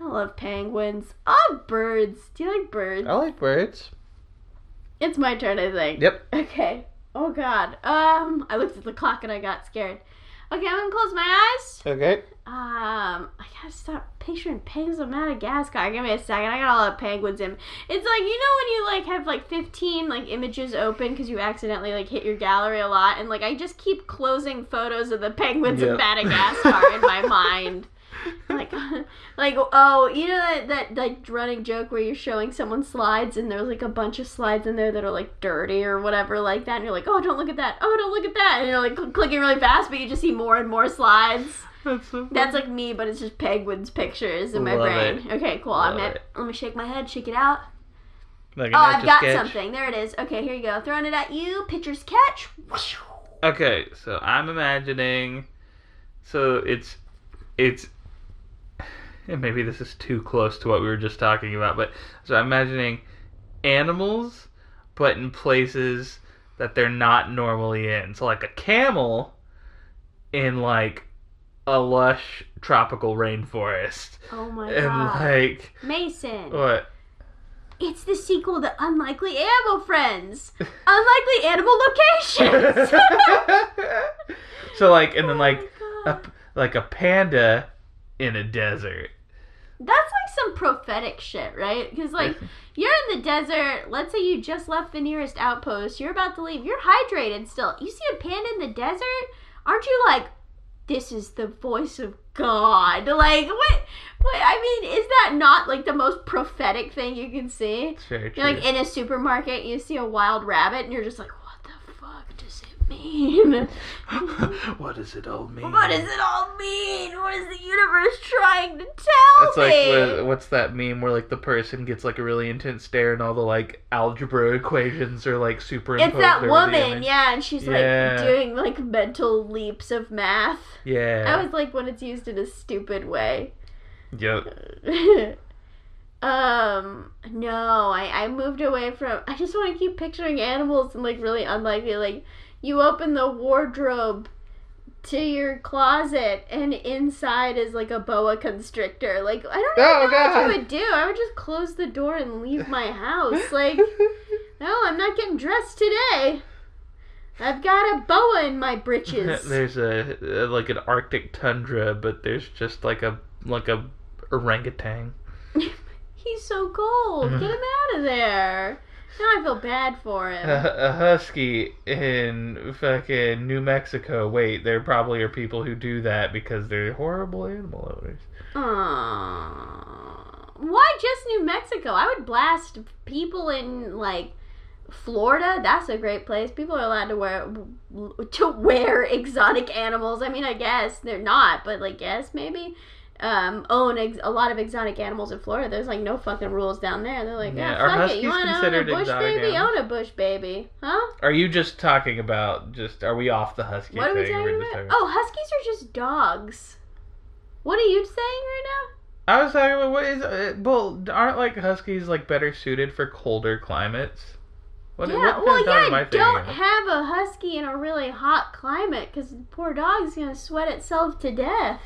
S2: I love penguins. I love birds. Do you like birds?
S1: I like birds.
S2: It's my turn, I think.
S1: Oh. Yep.
S2: <laughs> Okay. Oh God. Um, I looked at the clock and I got scared. Okay, I'm gonna close my eyes.
S1: Okay.
S2: Um, I gotta stop picturing penguins of Madagascar. Give me a second. I got a lot of penguins in. It's like you know when you like have like 15 like images open because you accidentally like hit your gallery a lot, and like I just keep closing photos of the penguins
S1: Yeah.
S2: of Madagascar in my mind. Like, <laughs> like oh, you know that that like running joke where you're showing someone slides and there's like a bunch of slides in there that are like dirty or whatever like that, and you're like, oh, don't look at that, oh, don't look at that, and you're like cl- clicking really fast, but you just see more and more slides.
S1: That's so
S2: That's like me, but it's just penguins pictures in my
S1: Love
S2: brain. Okay, cool. I'm
S1: Love
S2: at,
S1: it.
S2: let me shake my head, shake it out.
S1: Like
S2: oh, I've got
S1: sketch.
S2: something. There it is. Okay, here you go. Throwing it at you. Pitcher's catch. Whoosh.
S1: Okay, so I'm imagining. So it's, it's, and maybe this is too close to what we were just talking about, but so I'm imagining animals, but in places that they're not normally in. So like a camel, in like a lush tropical rainforest,
S2: Oh my
S1: and
S2: god.
S1: like
S2: Mason. <laughs>
S1: what? <laughs>
S2: It's the sequel to Unlikely Animal Friends. Unlikely Animal
S1: <laughs>
S2: Locations.
S1: so like, and then
S2: Oh my
S1: like a,
S2: God.
S1: like a panda in a desert.
S2: That's like some prophetic shit, right? Because like you're in the desert. Let's say you just left the nearest outpost. You're about to leave. You're hydrated still. You see a panda in the desert. Aren't you like, this is the voice of God? Like what? What? I mean, is that not like the most prophetic thing you can see?
S1: It's very true.
S2: You're like in a supermarket. You see a wild rabbit, and you're just like, what the fuck does it
S1: <laughs>
S2: mean?
S1: what does it all mean?
S2: what does it all mean? What is the universe trying to tell
S1: It's
S2: me?
S1: like wha- what's that meme where like the person gets like a really intense stare and all the like algebra equations are like superimposed.
S2: It's that
S1: over the
S2: woman,
S1: image.
S2: yeah, and she's
S1: Yeah.
S2: like doing like mental leaps of math.
S1: Yeah.
S2: I was like when it's used in a stupid way. <laughs>
S1: Yep.
S2: um, no, I I moved away from. I just want to keep picturing animals and like really unlikely. Like you open the wardrobe to your closet and inside is like a boa constrictor. Like I don't even
S1: Oh,
S2: know what
S1: God.
S2: you would do. I would just close the door and
S1: <laughs>
S2: leave my house. Like. No, I'm not getting dressed today. I've got a boa in
S1: <laughs>
S2: my britches.
S1: there's a uh, like an Arctic tundra, but there's just like a like a orangutan.
S2: He's so cold. Get him out of there. Now I feel bad for
S1: A, <laughs>
S2: him.
S1: a husky in fucking New Mexico. Wait, there probably are people who do that because they're horrible animal owners.
S2: Aww. Why just New Mexico? I would blast people in like Florida. That's a great place. People are allowed to wear to wear exotic animals. I mean, I guess they're not, but like guess maybe um, own ex- a lot of exotic animals in Florida. There's like no fucking rules down there. They're like,
S1: Yeah,
S2: yeah,
S1: are
S2: fuck it.
S1: huskies
S2: You want to own a
S1: considered
S2: bush
S1: exotic
S2: baby?
S1: animals?
S2: Own a bush baby, huh?
S1: Are you just talking about just? Are we off the husky
S2: what are
S1: thing?
S2: we talking
S1: We're
S2: about?
S1: just talking-
S2: Oh, huskies are just dogs. What are you saying right now?
S1: I was talking about what is. Uh, well, aren't like huskies like better suited for colder climates? What,
S2: yeah,
S1: what kind
S2: well,
S1: of dog
S2: yeah,
S1: am I thinking
S2: don't
S1: of?
S2: have a husky in a really hot climate because the poor dog's gonna sweat itself to death.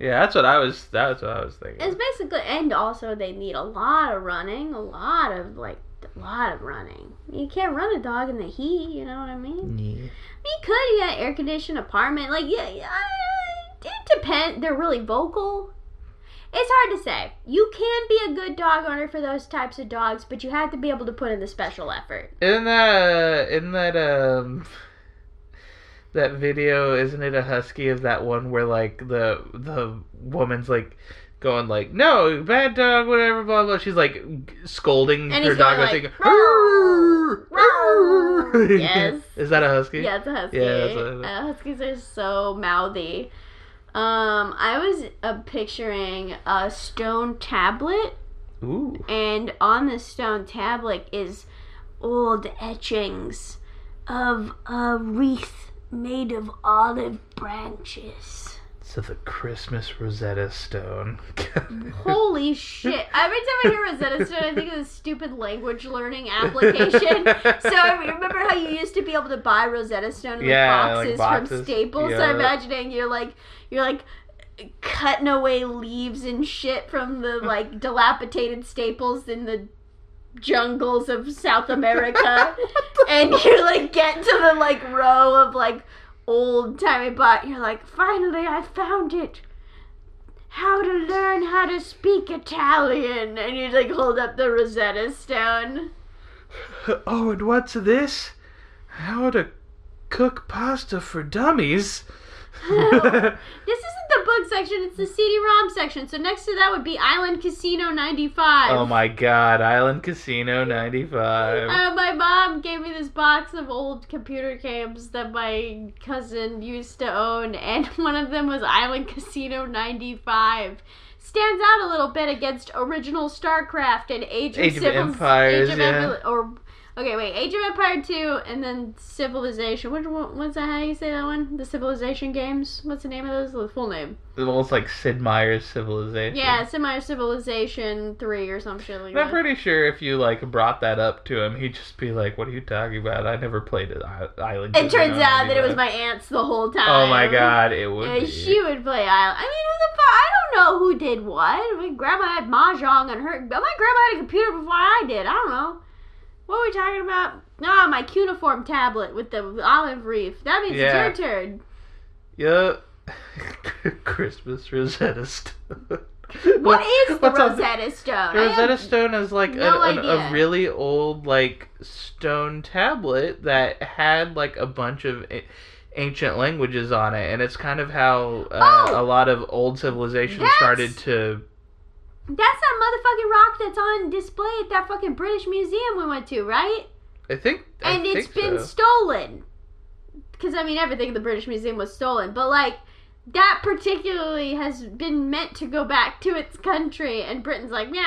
S1: Yeah, that's what I was. That's what I was thinking.
S2: It's basically, and also they need a lot of running, a lot of like, a lot of running. You can't run a dog in the heat. You know what I mean?
S1: Yeah.
S2: You could, yeah, air conditioned apartment. Like, yeah, yeah, I- it depends. They're really vocal. It's hard to say. You can be a good dog owner for those types of dogs, but you have to be able to put in the special effort.
S1: Isn't that uh, isn't that um that video? Isn't it a husky of that one where like the the woman's like going like no bad dog whatever blah blah. She's like scolding
S2: And
S1: her
S2: he's
S1: dog.
S2: going,
S1: I think.
S2: like, "Roar,
S1: <laughs>
S2: roar." Yes.
S1: Is that a husky?
S2: Yeah, it's a husky.
S1: Yeah, that's what I thought.
S2: Uh, huskies are so mouthy. Um, I was uh, picturing a stone tablet,
S1: Ooh.
S2: and on the stone tablet is old etchings of a wreath made of olive branches.
S1: So the Christmas Rosetta
S2: <laughs>
S1: Stone.
S2: Holy shit! Every time I hear Rosetta Stone, I think of this stupid language
S1: <laughs>
S2: learning application. So I remember how you used to be able to buy Rosetta Stone in
S1: Yeah,
S2: like, boxes,
S1: like
S2: from
S1: boxes.
S2: Staples. So
S1: Yeah.
S2: I'm imagining you're like you're like cutting away leaves and shit from the like dilapidated Staples in the jungles of South America, and you're like get to the like row of like old timey bot. You're like finally I found it. How to learn how to speak Italian, and you like hold up the Rosetta Stone.
S1: <laughs> Oh, and what's this? How to cook pasta for dummies? <laughs>
S2: This isn't the book section, it's the CD-ROM section. So next to that would be Island Casino 95.
S1: Oh my god, Island Casino 95. <laughs>
S2: Uh, my mom gave me this box of old computer games that my cousin used to own, and <laughs> one of them was Island Casino 95. Stands out a little bit against original StarCraft and Age of,
S1: Age of
S2: Civil-
S1: Empires,
S2: Age of
S1: yeah.
S2: Empire- or okay, wait, Age of Empire two, and then Civilization. Which one? What's that? How you say that one? The Civilization games. What's the name of those? The full name?
S1: Almost like Sid Meier's Civilization.
S2: Yeah, semi civilization three or some shit like
S1: And I'm
S2: that.
S1: pretty sure if you like brought that up to him, he'd just be like, "What are you talking about? I never played it. I- Island."
S2: It
S1: Casino
S2: turns out that it was
S1: 95."
S2: my aunt's the whole time.
S1: Oh my god, it would.
S2: And
S1: be.
S2: she would play Island. I mean, who the fuck? I don't know who did what. My grandma had mahjong and her. My grandma had a computer before I did. I don't know. What were we talking about? Ah, my cuneiform tablet with the olive wreath. That means
S1: Yeah.
S2: it's your turn.
S1: Yup. <laughs> Christmas Rosetta Stone.
S2: What is the
S1: what's on the-
S2: Rosetta Stone?
S1: The
S2: I have-
S1: Rosetta Stone is like
S2: no
S1: an, an-
S2: idea.
S1: a really old like stone tablet that had like a bunch of a- ancient languages on it, and it's kind of how uh,
S2: Oh!
S1: a lot of old civilizations
S2: That's-
S1: started to.
S2: That's that motherfucking rock that's on display at that fucking British museum we went to, right?
S1: I think. I
S2: and it's
S1: think
S2: been
S1: so.
S2: stolen. Because I mean, everything at the British Museum was stolen, but like that particularly has been meant to go back to its country, and Britain's like, no,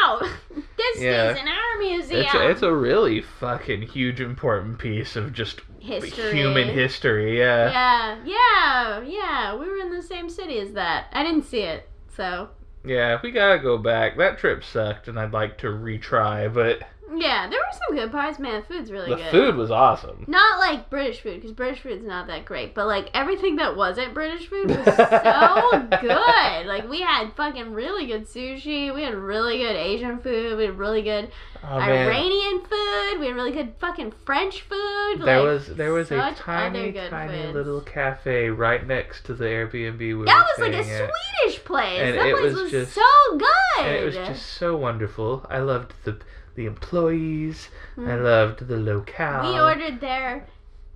S2: no, <laughs> this
S1: Yeah.
S2: is in our museum.
S1: It's a, it's a really fucking huge important piece of just
S2: history.
S1: human history. Yeah.
S2: Yeah, yeah, yeah. We were in the same city as that. I didn't see it, so
S1: Yeah. We gotta go back. That trip sucked, and I'd like to retry, but
S2: yeah. There were some good parts, man. The food's really
S1: the
S2: good.
S1: food was awesome.
S2: Not like British food, because British food's not that great, but like everything that wasn't British food was
S1: <laughs>
S2: so good. Like we had fucking really good sushi, we had really good Asian food, we had really good
S1: Oh, man.
S2: Iranian food, we had really good fucking French food.
S1: There
S2: like,
S1: was there was a
S2: such other
S1: tiny
S2: good
S1: tiny
S2: foods.
S1: little cafe right next to the Airbnb we were
S2: That was like a
S1: staying at.
S2: Swedish place.
S1: And
S2: that
S1: it
S2: place was,
S1: was just-
S2: so good.
S1: And it was just so wonderful. I loved the the employees. I
S2: Mm.
S1: loved the locale.
S2: we ordered there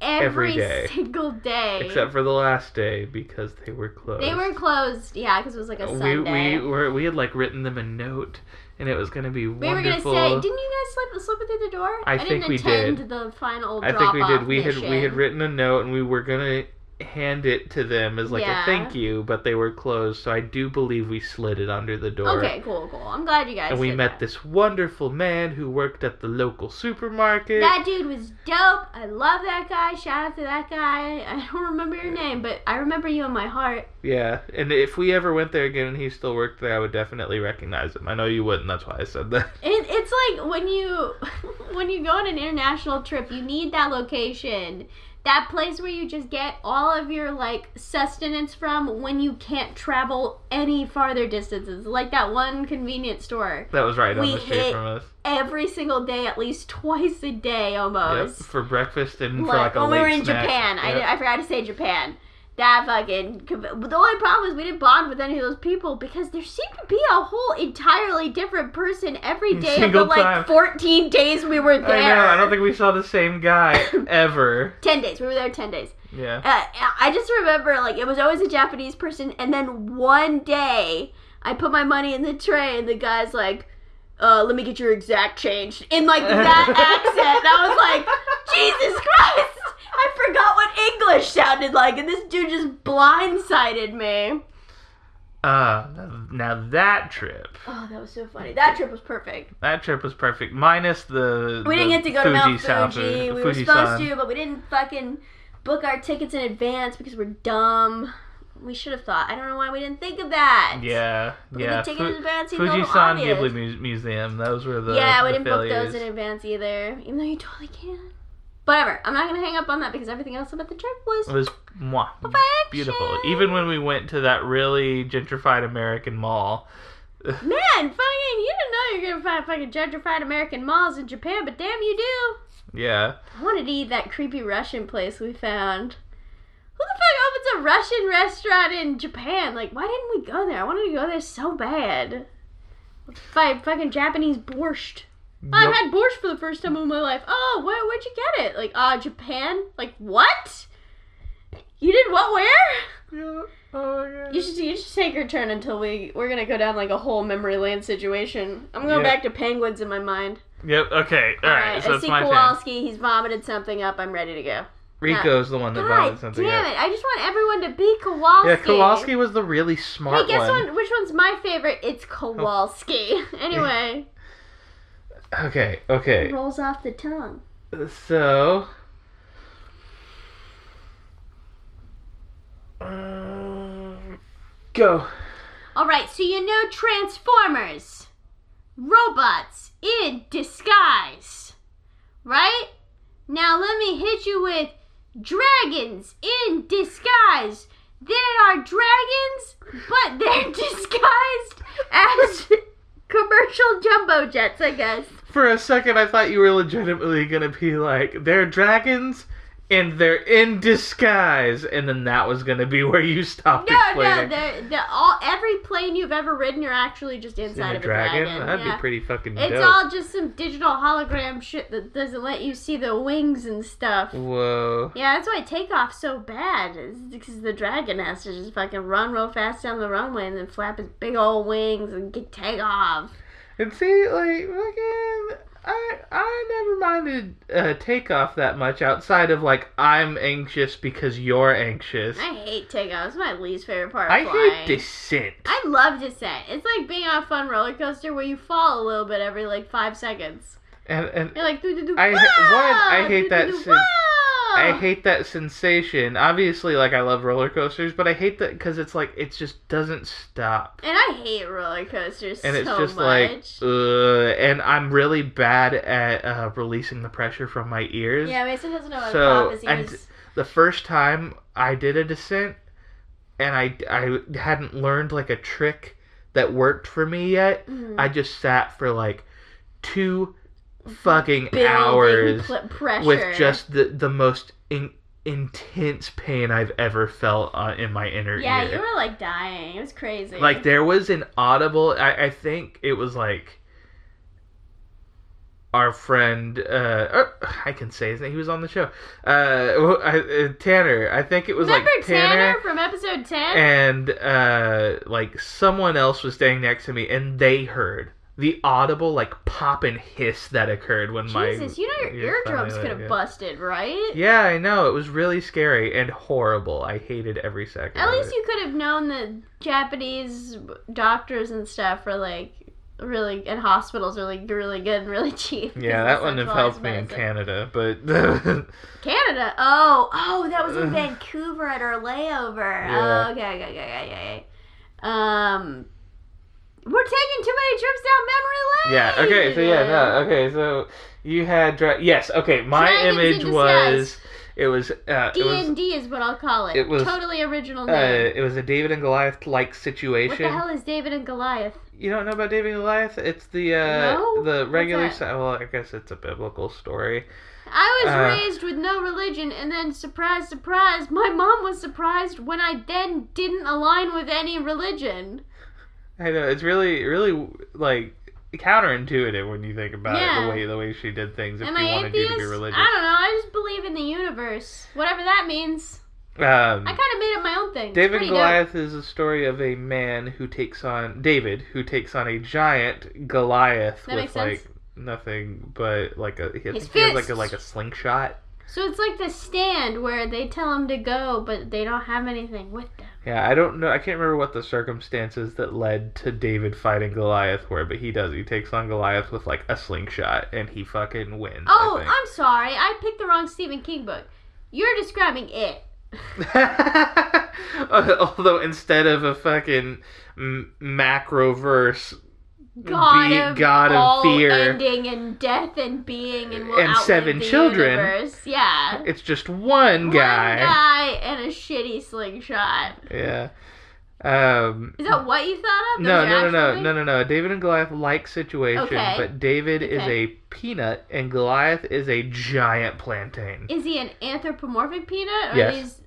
S1: Every
S2: every,
S1: day.
S2: <laughs> single day.
S1: except for the last day because they were closed.
S2: they were closed, yeah, because it was like a
S1: we
S2: Sunday.
S1: we were we had like written them a note, and it was gonna be
S2: We
S1: wonderful.
S2: were gonna say, didn't you guys slip slip through the door?
S1: I think
S2: didn't
S1: we
S2: attend
S1: did.
S2: the final.
S1: I think we
S2: drop-off
S1: did. We had we had
S2: mission.
S1: written a note, and we were gonna hand it to them as like
S2: Yeah.
S1: a thank you, but they were closed. So I do believe we slid it under the door.
S2: Okay, cool, cool. I'm glad you guys.
S1: and we
S2: did
S1: met
S2: that.
S1: this wonderful man who worked at the local supermarket.
S2: That dude was dope. I love that guy. Shout out to that guy. I don't remember your name, but I remember you in my heart.
S1: yeah, and if we ever went there again and he still worked there, I would definitely recognize him. I know you wouldn't. That's why I said that. <laughs>
S2: It, it's <laughs> like when you when you go on an international trip, you need that location that place where you just get all of your like sustenance from when you can't travel any farther distances. Like that one convenience store.
S1: That was right
S2: We
S1: on the street
S2: hit
S1: from us.
S2: Every single day, at least twice a day
S1: Yep,
S2: almost.
S1: for breakfast and for like
S2: Like,
S1: a
S2: when we
S1: late
S2: were in
S1: snack.
S2: Japan, I,
S1: Yep.
S2: did- I forgot to say Japan. That fucking. conv- but The only problem is we didn't bond with any of those people because there seemed to be a whole entirely different person
S1: <laughs>
S2: every day of the
S1: Single
S2: like
S1: time.
S2: 14 days we were there.
S1: I know. I don't think we saw the same
S2: <coughs>
S1: guy ever.
S2: 10 days. We were there 10 days.
S1: Yeah.
S2: Uh, I just remember like it was always a Japanese person, and then one day I put my money in the tray, and the guy's like, uh, "Let me get your exact change." In like that accent, and I was like, "Jesus Christ!" I forgot what English sounded like, and this dude just blindsided me.
S1: Uh, now that trip,
S2: Oh, that was so funny. That trip was perfect.
S1: that trip was perfect. Minus the
S2: We didn't
S1: the
S2: get to go to Mount
S1: Fuji-san
S2: Fuji.
S1: food-
S2: We were
S1: Fuji-san.
S2: supposed to, but we didn't fucking book our tickets in advance because we're dumb. We should have thought. I don't know why we didn't think of that.
S1: Yeah,
S2: But
S1: yeah.
S2: We didn't take it in advance. even though it was
S1: Fuji-san
S2: obvious.
S1: Ghibli Mu- Museum. Those were the
S2: yeah, we
S1: the
S2: didn't book
S1: failures.
S2: those in advance either, even though you totally can. Whatever. I'm not gonna hang up on that because everything else about the trip was
S1: It was mwah,
S2: perfection.
S1: beautiful. Even when we went to that really gentrified American mall,
S2: man, fucking, you didn't know you're gonna find fucking gentrified American malls in Japan, but damn, you do.
S1: yeah,
S2: I wanted to eat that creepy Russian place we found. Who the fuck opens a Russian restaurant in Japan? Like, why didn't we go there? I wanted to go there so bad. By fucking Japanese borscht. I've
S1: Yup.
S2: had borscht for the first time in my life. Oh, where, where'd you get it? Like, uh, Japan? Like, what? You did what where?
S1: Yeah. Oh, yeah.
S2: You should, you should take your turn until we, we're gonna go down like a whole memory lane situation. I'm going
S1: Yeah.
S2: back to penguins in my mind.
S1: Yep. Okay. All right.
S2: Alright,
S1: So
S2: I
S1: it's
S2: see
S1: my turn.
S2: Kowalski, he's vomited something up, I'm ready to go.
S1: Rico's the one that
S2: God
S1: vomited
S2: damn
S1: something up.
S2: it, I just want everyone to be Kowalski.
S1: Yeah, Kowalski was the really
S2: Hey,
S1: smart
S2: guess
S1: one.
S2: one. which one's my favorite? It's Kowalski.
S1: <laughs>
S2: anyway,
S1: Okay. Okay.
S2: rolls off the tongue.
S1: So. Um, Go.
S2: All right, so you know Transformers, robots in disguise, right? Now let me hit you with dragons in disguise. They are dragons, but <laughs> they're disguised as <laughs> commercial jumbo jets, I guess.
S1: For a second, I thought you were legitimately gonna be like, they're dragons and they're in disguise, and then that was gonna be where you stopped
S2: No, no,
S1: explaining.
S2: they're, they're all every plane you've ever ridden, you're actually just
S1: In
S2: inside
S1: a
S2: of
S1: dragon?
S2: a dragon.
S1: That'd
S2: yeah.
S1: be pretty fucking
S2: It's
S1: dope.
S2: all just some digital hologram shit that doesn't let you see the wings and stuff.
S1: Whoa.
S2: Yeah, that's why takeoff's so bad. Is because the dragon has to just fucking run real fast down the runway and then flap his big old wings and get take off.
S1: And see, like, fucking, I I never minded uh, takeoff that much outside of like I'm anxious because you're anxious.
S2: I hate takeoff. It's my least favorite part. Of
S1: I hate
S2: flying.
S1: descent.
S2: I love descent. It's like being on a fun roller coaster where you fall a little bit every like five seconds.
S1: And and
S2: You're like, doo doo doo.
S1: I ha-
S2: whoa!
S1: one, I hate that
S2: Doo-doo-doo,
S1: sen-
S2: whoa!
S1: I hate that sensation. Obviously, like I love roller coasters, but I hate that because it's like it just doesn't stop.
S2: And I hate roller coasters
S1: And it's
S2: so
S1: just
S2: much.
S1: like, ugh, and I'm really bad at uh, releasing the pressure from my ears.
S2: yeah, Mason doesn't know what
S1: So,
S2: pop is. He
S1: and-
S2: was-
S1: the first time I did a descent and I, I hadn't learned like a trick that worked for me yet,
S2: Mhm.
S1: I just sat for like two fucking
S2: Mm-hmm. Building
S1: hours
S2: pl- pressure.
S1: with just the, the most in, intense pain I've ever felt uh, in my inner
S2: Yeah,
S1: ear.
S2: you were like dying. It was crazy.
S1: Like there was an audible. I, I think it was like our friend. Uh, or, I can say his name. He was on the show. Uh, wh- I- uh, Tanner. I think it was
S2: remember
S1: like Tanner.
S2: from episode ten?
S1: and uh, like someone else was standing next to me, and they heard the audible like pop and hiss that occurred when my
S2: Jesus, you know your
S1: ears finally
S2: eardrums
S1: let
S2: could have
S1: go.
S2: busted, right?
S1: Yeah, I know. It was really scary and horrible. I hated every second.
S2: At
S1: of
S2: least
S1: it.
S2: you could have known that Japanese doctors and stuff were like really and hospitals are like really good and really <laughs> cheap.
S1: Yeah, that wouldn't have helped me in
S2: Canada.
S1: Canada, but <laughs>
S2: Canada. Oh, oh, that was in Vancouver at our layover.
S1: Yeah.
S2: Oh, okay, okay, okay, okay, okay. Um, we're taking too many trips down memory
S1: Yeah.
S2: lane.
S1: Okay. So yeah. No. Okay. So you had dra- yes. Okay. My
S2: Dragons in
S1: image
S2: disguise.
S1: was It was uh, it
S2: D
S1: was
S2: and D is what I'll call it.
S1: it was,
S2: totally original
S1: uh,
S2: name.
S1: it was a David and Goliath like
S2: what
S1: situation.
S2: the hell is David and Goliath?
S1: You don't know about David and Goliath? It's the uh,
S2: No?
S1: the
S2: What's
S1: regular.
S2: that?
S1: si- Well, I guess it's a biblical story.
S2: I was
S1: Uh,
S2: raised with no religion, and then surprise, surprise, my mom was surprised when I then didn't align with any religion.
S1: I know it's really, really like counterintuitive when you think about it.
S2: Yeah.
S1: The way the way she did things. If
S2: Am
S1: you
S2: I
S1: wanted you
S2: atheist?
S1: to
S2: I
S1: be
S2: don't know.
S1: religious,
S2: I just believe in the universe, whatever that means. I
S1: um,
S2: kind of made up my own thing. It's
S1: David
S2: pretty
S1: and
S2: dope.
S1: Goliath is a story of a man who takes on David, who takes on a giant Goliath
S2: That
S1: with
S2: makes sense.
S1: like nothing but like a he, I
S2: His
S1: think he has like a
S2: fists.
S1: like a slingshot.
S2: So it's like the stand where they tell him to go, but they don't have anything with them.
S1: Yeah, I don't know. I can't remember what the circumstances that led to David fighting Goliath were, but he does. He takes on Goliath with like a slingshot, and he fucking wins.
S2: Oh,
S1: I
S2: I'm sorry. I picked the wrong Stephen King book. You're describing it.
S1: think. <laughs> Although instead of a fucking m- macroverse
S2: God
S1: Be-
S2: of
S1: God of
S2: all
S1: fear.
S2: ending and death and being and, will
S1: And
S2: outlive
S1: seven
S2: the
S1: children.
S2: universe. Yeah.
S1: It's just one guy.
S2: One guy and a shitty slingshot.
S1: Yeah. Um,
S2: Is that what you thought of?
S1: no,
S2: That
S1: no, no,
S2: was your
S1: no,
S2: actual
S1: no, no, no. David and Goliath like situation,
S2: Okay.
S1: but David is
S2: Okay.
S1: a peanut and Goliath is a giant plantain.
S2: thing? Is he an anthropomorphic peanut? Or
S1: Yes.
S2: Is...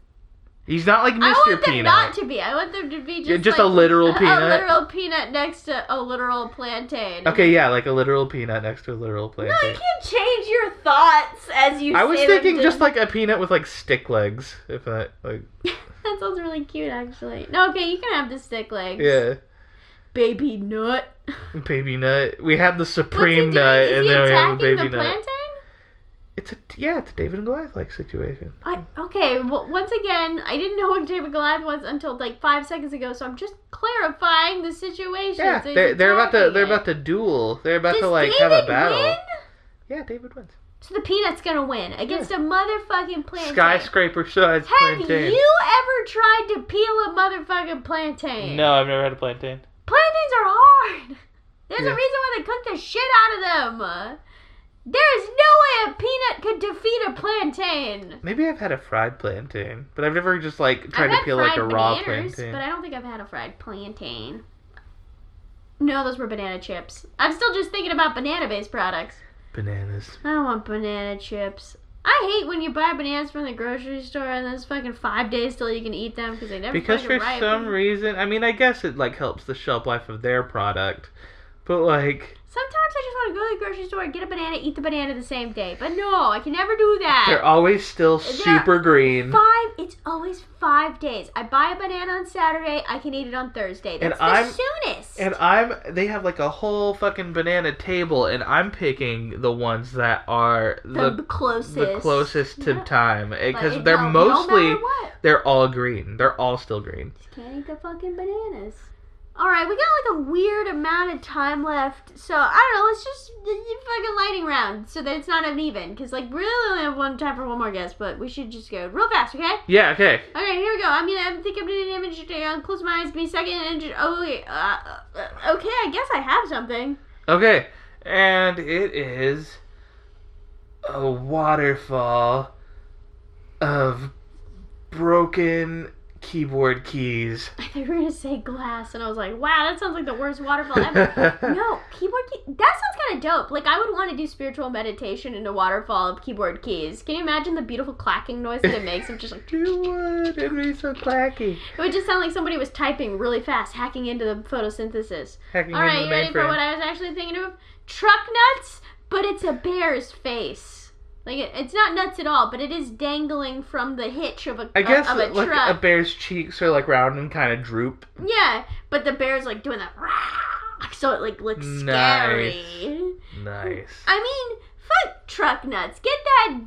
S1: He's not like Mr.
S2: I want them
S1: Peanut.
S2: not to be. I want them to be
S1: Yeah,
S2: just
S1: just a
S2: like
S1: literal
S2: A
S1: peanut.
S2: literal peanut next to a literal plantain.
S1: Okay, yeah, like a literal peanut next to a literal
S2: No, you
S1: plantain.
S2: can't change your thoughts as you.
S1: I was
S2: say
S1: thinking
S2: them.
S1: just like a peanut with like stick legs, if I like
S2: that sounds really cute, actually. No, okay, you can have the stick legs.
S1: yeah,
S2: Baby nut. <laughs>
S1: baby nut. We had the
S2: What's he
S1: supreme
S2: doing?
S1: nut,
S2: Is
S1: and
S2: he
S1: then we have a
S2: attacking
S1: baby
S2: the
S1: nut.
S2: plantain?
S1: It's a yeah, it's a David and Goliath like situation.
S2: I, okay, well, once again, I didn't know what David Goliath was until like five seconds ago, so I'm just clarifying the situation.
S1: Yeah,
S2: so he's
S1: they're, they're about to
S2: attacking
S1: they're
S2: it.
S1: about to duel. They're about
S2: Does
S1: to like
S2: David
S1: have a battle.
S2: Win?
S1: Yeah, David wins.
S2: So the peanut's gonna win against a motherfucking plantain.
S1: Skyscraper size
S2: Have
S1: plantain.
S2: you ever tried to peel a motherfucking plantain?
S1: No, I've never had a plantain.
S2: Plantains are hard. There's
S1: Yeah.
S2: a reason why they cook the shit out of them. There is no way a peanut could defeat a plantain.
S1: Maybe I've had a fried plantain, but I've never just like tried
S2: I've
S1: to
S2: had
S1: peel
S2: fried
S1: like a raw
S2: bananas,
S1: plantain.
S2: but I don't think I've had a fried plantain. No, those were banana chips. I'm still just thinking about banana-based products.
S1: Bananas.
S2: I don't want banana chips. I hate when you buy bananas from the grocery store and then it's fucking five days till you can eat them because they never
S1: Because for
S2: fucking ripen.
S1: some reason, I mean, I guess it like helps the shelf life of their product, but like
S2: Sometimes I just want to go to the grocery store, get a banana, eat the banana the same day. But no, I can never do that.
S1: they're always still super green.
S2: Five. It's always five days. I buy a banana on Saturday. I can eat it on Thursday.
S1: And
S2: That's the
S1: I'm-
S2: soonest.
S1: And I'm they have like a whole fucking banana table, and I'm picking the ones that are
S2: the,
S1: the
S2: closest.
S1: the closest to
S2: Yeah.
S1: time
S2: But
S1: because
S2: it-
S1: they're
S2: no-
S1: mostly
S2: No matter what.
S1: they're all green. They're all still green.
S2: Just can't eat the fucking bananas. All right, we got like a weird amount of time left, so I don't know. Let's just do the fucking lighting round so that it's not uneven, because like we really only have one time for one more guess, but we should just go real fast, okay?
S1: Yeah. Okay.
S2: Okay, here we go. I'm gonna I think I'm gonna image it. I'll close my eyes, be second. And just, oh, wait, uh, uh, okay. I guess I have something. <laughs>
S1: Okay. And it is a waterfall of broken keyboard keys.
S2: I thought you were gonna say glass, and I was like, wow, that sounds like the worst waterfall ever.
S1: <laughs>
S2: Oh, no, keyboard key. That sounds kind of dope. Like I would want to do spiritual meditation in a waterfall of keyboard keys. Can you imagine the beautiful clacking noise that it makes? I'm just like, it
S1: You would. It'd be so clacky.
S2: would just sound like somebody was typing really fast, hacking into the photosynthesis.
S1: Hacking
S2: All right,
S1: into
S2: you
S1: the
S2: ready for
S1: mainframe.
S2: what I was actually thinking of? Truck nuts, but it's a bear's face. Like it, it's not nuts at all, but it is dangling from the hitch of a
S1: I guess
S2: Oh, of a
S1: like
S2: truck.
S1: a bear's cheeks are like round and kind of droop.
S2: yeah, but the bear's like doing that, <laughs> so it like looks
S1: Nice.
S2: scary.
S1: Nice.
S2: I mean, fuck truck nuts. Get that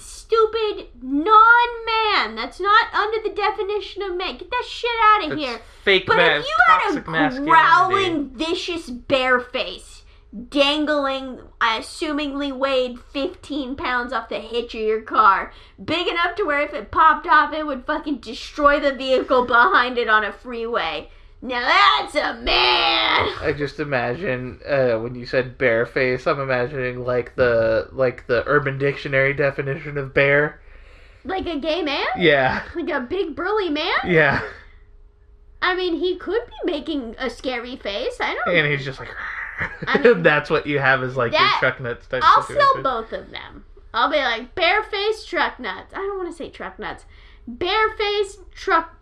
S2: stupid non-man. That's not under the definition of man. Get that shit out of
S1: That's
S2: here.
S1: fake
S2: But
S1: ma-
S2: if you had a
S1: toxic masculinity.
S2: growling, vicious bear face dangling, I assumingly weighed 15 pounds off the hitch of your car, big enough to where if it popped off, it would fucking destroy the vehicle behind it on a freeway. Now that's a man!
S1: I just imagine uh, when you said bear face, I'm imagining like the like the Urban Dictionary definition of bear,
S2: Like a gay man?
S1: Yeah.
S2: Like a big burly man?
S1: Yeah.
S2: I mean, he could be making a scary face. I
S1: <laughs>
S2: don't
S1: And he's just like. <laughs>
S2: I mean,
S1: that's what you have is like
S2: that-
S1: your truck nuts type
S2: I'll
S1: situation.
S2: sell both of them. I'll be like barefaced truck nuts. I don't want to say truck nuts. Barefaced truck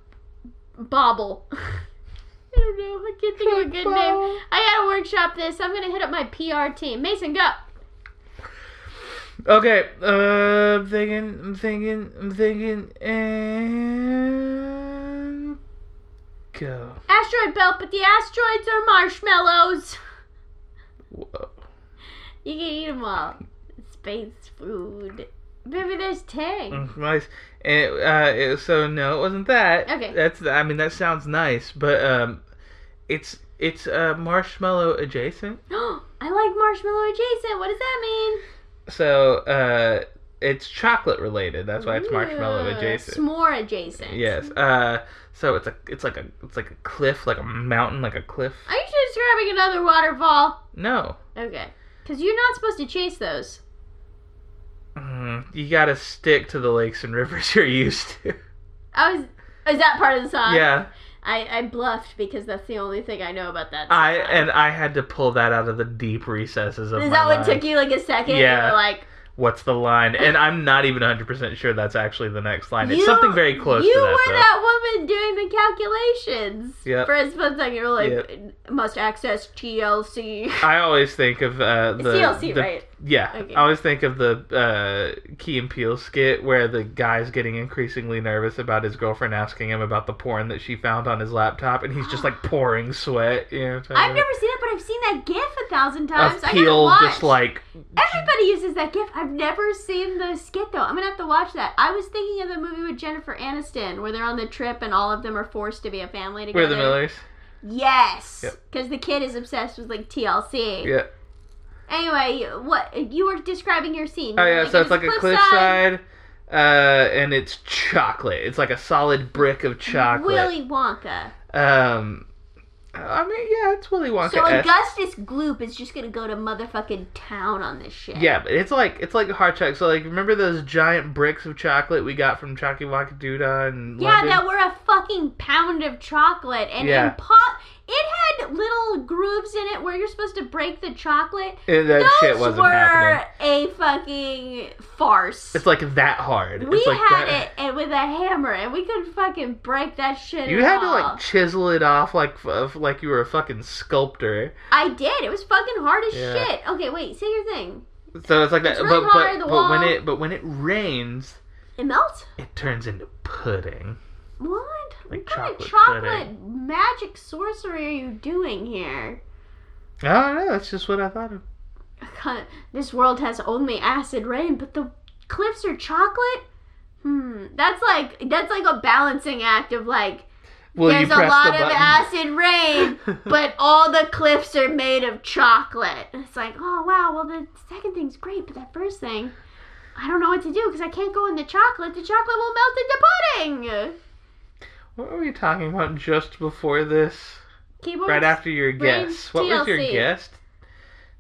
S2: bobble. <laughs> I don't know. I can't think of a good name. I gotta workshop this. I'm gonna hit up my PR team. Mason, go.
S1: Okay, uh, I'm thinking, I'm thinking, I'm thinking, and go.
S2: Asteroid belt, but the asteroids are marshmallows. <laughs>
S1: Whoa.
S2: You can eat them all. Space food. Maybe there's Tang.
S1: Mm, Nice. And it, uh, it- so no, it wasn't that.
S2: Okay.
S1: That's the- I mean that sounds nice, but um, it's it's uh marshmallow adjacent.
S2: <gasps> I like marshmallow adjacent. What does that mean?
S1: So uh, it's chocolate related. That's why it's marshmallow
S2: Ooh,
S1: adjacent.
S2: Mm, S'more adjacent.
S1: Yes. Uh, so it's a it's like a it's like a cliff, like a mountain, like a cliff.
S2: Are you just grabbing another waterfall?
S1: No.
S2: Okay. Because you're not supposed to chase those.
S1: Mm, you gotta stick to the lakes and rivers <laughs> you're used to.
S2: I was. Is that part of the song?
S1: yeah,
S2: I, I bluffed because that's the only thing I know about that song.
S1: I and I had to pull that out of the deep recesses of
S2: Is
S1: my
S2: that what
S1: mind.
S2: took you like a second?
S1: Yeah.
S2: You were like,
S1: What's the line? And I'm not even 100 percent sure that's actually the next line.
S2: You-
S1: it's something very close
S2: You
S1: to that.
S2: were
S1: though.
S2: that woman doing the calculations.
S1: Yep.
S2: For a split second, you were like, must access TLC.
S1: I always think of uh,
S2: <laughs>
S1: the
S2: TLC,
S1: the-
S2: right?
S1: Yeah,
S2: Okay.
S1: I always think of the uh, Key and Peele skit where the guy's getting increasingly nervous about his girlfriend asking him about the porn that she found on his laptop, and he's just like pouring sweat. You know, what I'm
S2: <gasps> I've
S1: talking
S2: never seen it, but I've seen that GIF a thousand
S1: about?
S2: times.
S1: uh, of
S2: I gotta
S1: Peele
S2: watch.
S1: just like
S2: Everybody uses that GIF. I've never seen the skit though. I'm gonna have to watch that. I was thinking of the movie with Jennifer Aniston where they're on the trip and all of them are forced to be a family together.
S1: we're the Millers.
S2: Yes,
S1: Yep.
S2: because the kid is obsessed with like TLC.
S1: Yeah.
S2: Anyway, what you were describing your scene?
S1: Oh
S2: You were
S1: yeah, so
S2: it
S1: it's like
S2: was
S1: a cliffside, uh, and it's chocolate. It's like a solid brick of chocolate.
S2: Willy Wonka.
S1: Um, I mean, yeah, it's Willy Wonka.
S2: So Augustus Gloop is just gonna go to motherfucking town on this shit.
S1: yeah, but it's like it's like hard chocolate. So like, remember those giant bricks of chocolate we got from Chalky Waka Doodah and
S2: Yeah, that were a fucking pound of chocolate, and
S1: Yeah.
S2: in pop, it had little grooves in it where you're supposed to break the chocolate.
S1: And that
S2: Those
S1: shit wasn't
S2: were
S1: happening.
S2: a fucking farce.
S1: It's like that hard.
S2: we
S1: it's like
S2: had
S1: that-
S2: it and with a hammer, and we could fucking break that shit.
S1: You
S2: at
S1: had to
S2: all.
S1: like chisel it off like f- of- like you were a fucking sculptor.
S2: I did. It was fucking hard as
S1: Yeah.
S2: shit. Okay, wait. Say your thing.
S1: So it's like that.
S2: It's really
S1: but
S2: hard, the
S1: but, but when
S2: wall.
S1: it but when it rains,
S2: It melts.
S1: it turns into pudding.
S2: What?
S1: Like
S2: what kind of
S1: chocolate
S2: chocolate magic sorcery are you doing here?
S1: I don't know. That's just what I thought of.
S2: I can't- This world has only acid rain, but the cliffs are chocolate. Hmm, that's like that's like a balancing act of like
S1: Will
S2: there's
S1: you
S2: a
S1: press
S2: lot
S1: the
S2: of
S1: button?
S2: acid rain,
S1: <laughs>
S2: but all the cliffs are made of chocolate. And It's like, oh wow, well the second thing's great, but that first thing, I don't know what to do because I can't go in the chocolate. The chocolate will melt into pudding.
S1: What were we talking about just before this?
S2: Keyboard.
S1: Right after your
S2: Brain
S1: guess. What was your
S2: TLC.
S1: guess?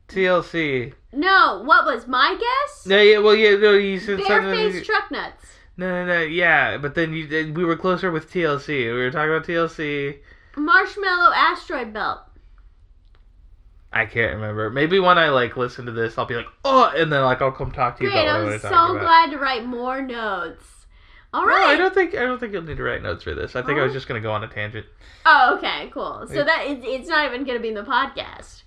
S1: TLC.
S2: No, what was my guess?
S1: No, yeah, well, yeah, no, you said something.
S2: Barefaced truck nuts.
S1: no, no, no, yeah, but then you then we were closer with TLC. We were talking about TLC.
S2: Marshmallow asteroid belt.
S1: I can't remember. Maybe when I like listen to this, I'll be like, oh, and then like I'll come talk to you
S2: Great,
S1: about what
S2: I'm
S1: we're
S2: so
S1: talking about.
S2: glad to write more notes. All
S1: No, I
S2: right.
S1: don't think I don't think you'll need to write notes for this. I think I was
S2: Alright.
S1: just gonna go on a tangent.
S2: oh, okay, cool. So
S1: It-
S2: that it's, it's not even going to be in the podcast.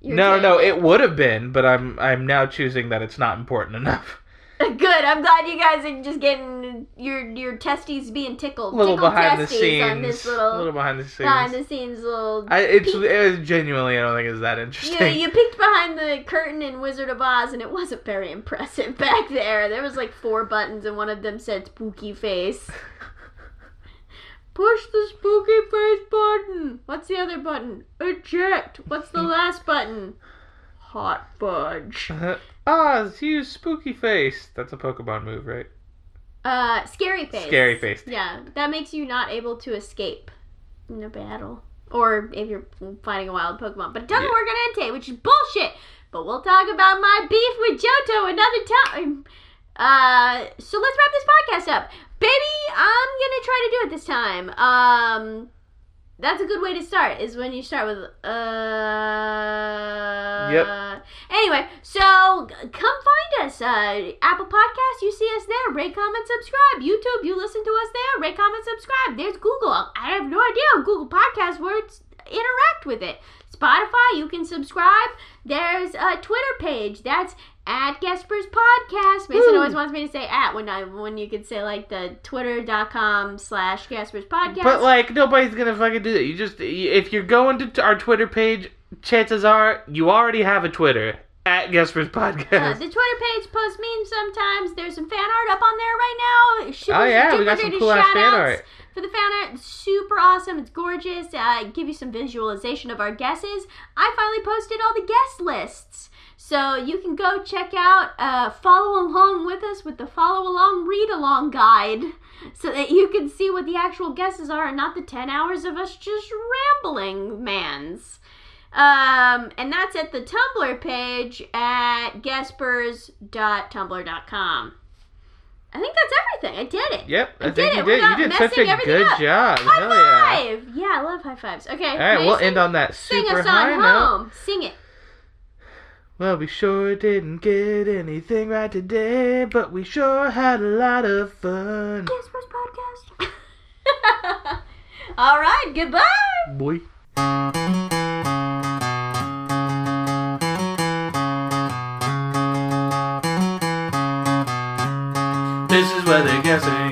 S2: You're
S1: no,
S2: kidding. <laughs>
S1: no, it would have been, but I'm I'm now choosing that it's not important enough.
S2: Good. I'm glad you guys are just getting your your testes being tickled.
S1: A little
S2: Tickled
S1: behind the
S2: testes
S1: scenes,
S2: on this
S1: a
S2: little
S1: little behind the scenes.
S2: behind the scenes little.
S1: I, it's
S2: peek.
S1: it, genuinely, I don't think it's that
S2: you,
S1: interesting.
S2: you peeked behind the curtain in Wizard of Oz, and it wasn't very impressive <laughs> back there. There was like four buttons, and one of them said "spooky face." <laughs> Push the spooky face button. What's the other button? Eject. What's the last button? Hot fudge.
S1: <laughs> Oz, Ah, you spooky face. That's a Pokemon move, right?
S2: Uh, scary face.
S1: Scary face.
S2: Yeah, that makes you not able to escape in a battle, or if you're fighting a wild Pokemon. But it doesn't
S1: Yeah.
S2: work on Entei, which is bullshit. But we'll talk about my beef with Johto another time. Uh, so let's wrap this podcast up. Baby, I'm gonna try to do it this time. Um, that's a good way to start, is when you start with, uh.
S1: Yep.
S2: Anyway, so g- come find us. Uh, Apple Podcasts, you see us there. Rate, comment, subscribe. YouTube, you listen to us there. Rate, comment, subscribe. There's Google. I have no idea how Google Podcasts works. Interact with it. Spotify, you can subscribe. There's a Twitter page. That's at Gasper's Podcast. Mason
S1: Woo.
S2: always wants me to say at when I when you could say like the twitter.com slash Gasper's Podcast.
S1: But like nobody's gonna fucking do that. You just if you're going to t- our Twitter page, chances are you already have a Twitter at Gasper's
S2: Uh,
S1: Podcast.
S2: the Twitter page posts memes sometimes. There's some fan art up on there right now. She
S1: Oh,
S2: was
S1: yeah, we got
S2: duplicated
S1: some cool-ass fan
S2: shout-outs
S1: art.
S2: For the fan art, It's super awesome. It's gorgeous. Uh, give you some visualization of our guesses. I finally posted all the guest lists. So you can go check out, uh, follow along with us with the follow along read along guide so that you can see what the actual guesses are and not the 10 hours of us just rambling, mans. Um, and that's at the Tumblr page at gaspers.tumblr.com. I think that's everything. I did it.
S1: <laughs> Yep, I,
S2: I did
S1: think
S2: it
S1: you did. You
S2: without
S1: did such a
S2: messing everything
S1: good
S2: up.
S1: job.
S2: High
S1: Hell yeah!
S2: five! Yeah. I love high fives. Okay.
S1: All right, we'll
S2: Mason,
S1: end on that
S2: Sing
S1: super
S2: us
S1: high
S2: on
S1: note.
S2: home. Sing it.
S1: Well, we sure didn't get anything right today, but we sure had a lot of fun.
S2: Gaspers Podcast. <laughs> All right. Goodbye.
S1: Boy. This is where they're guessing.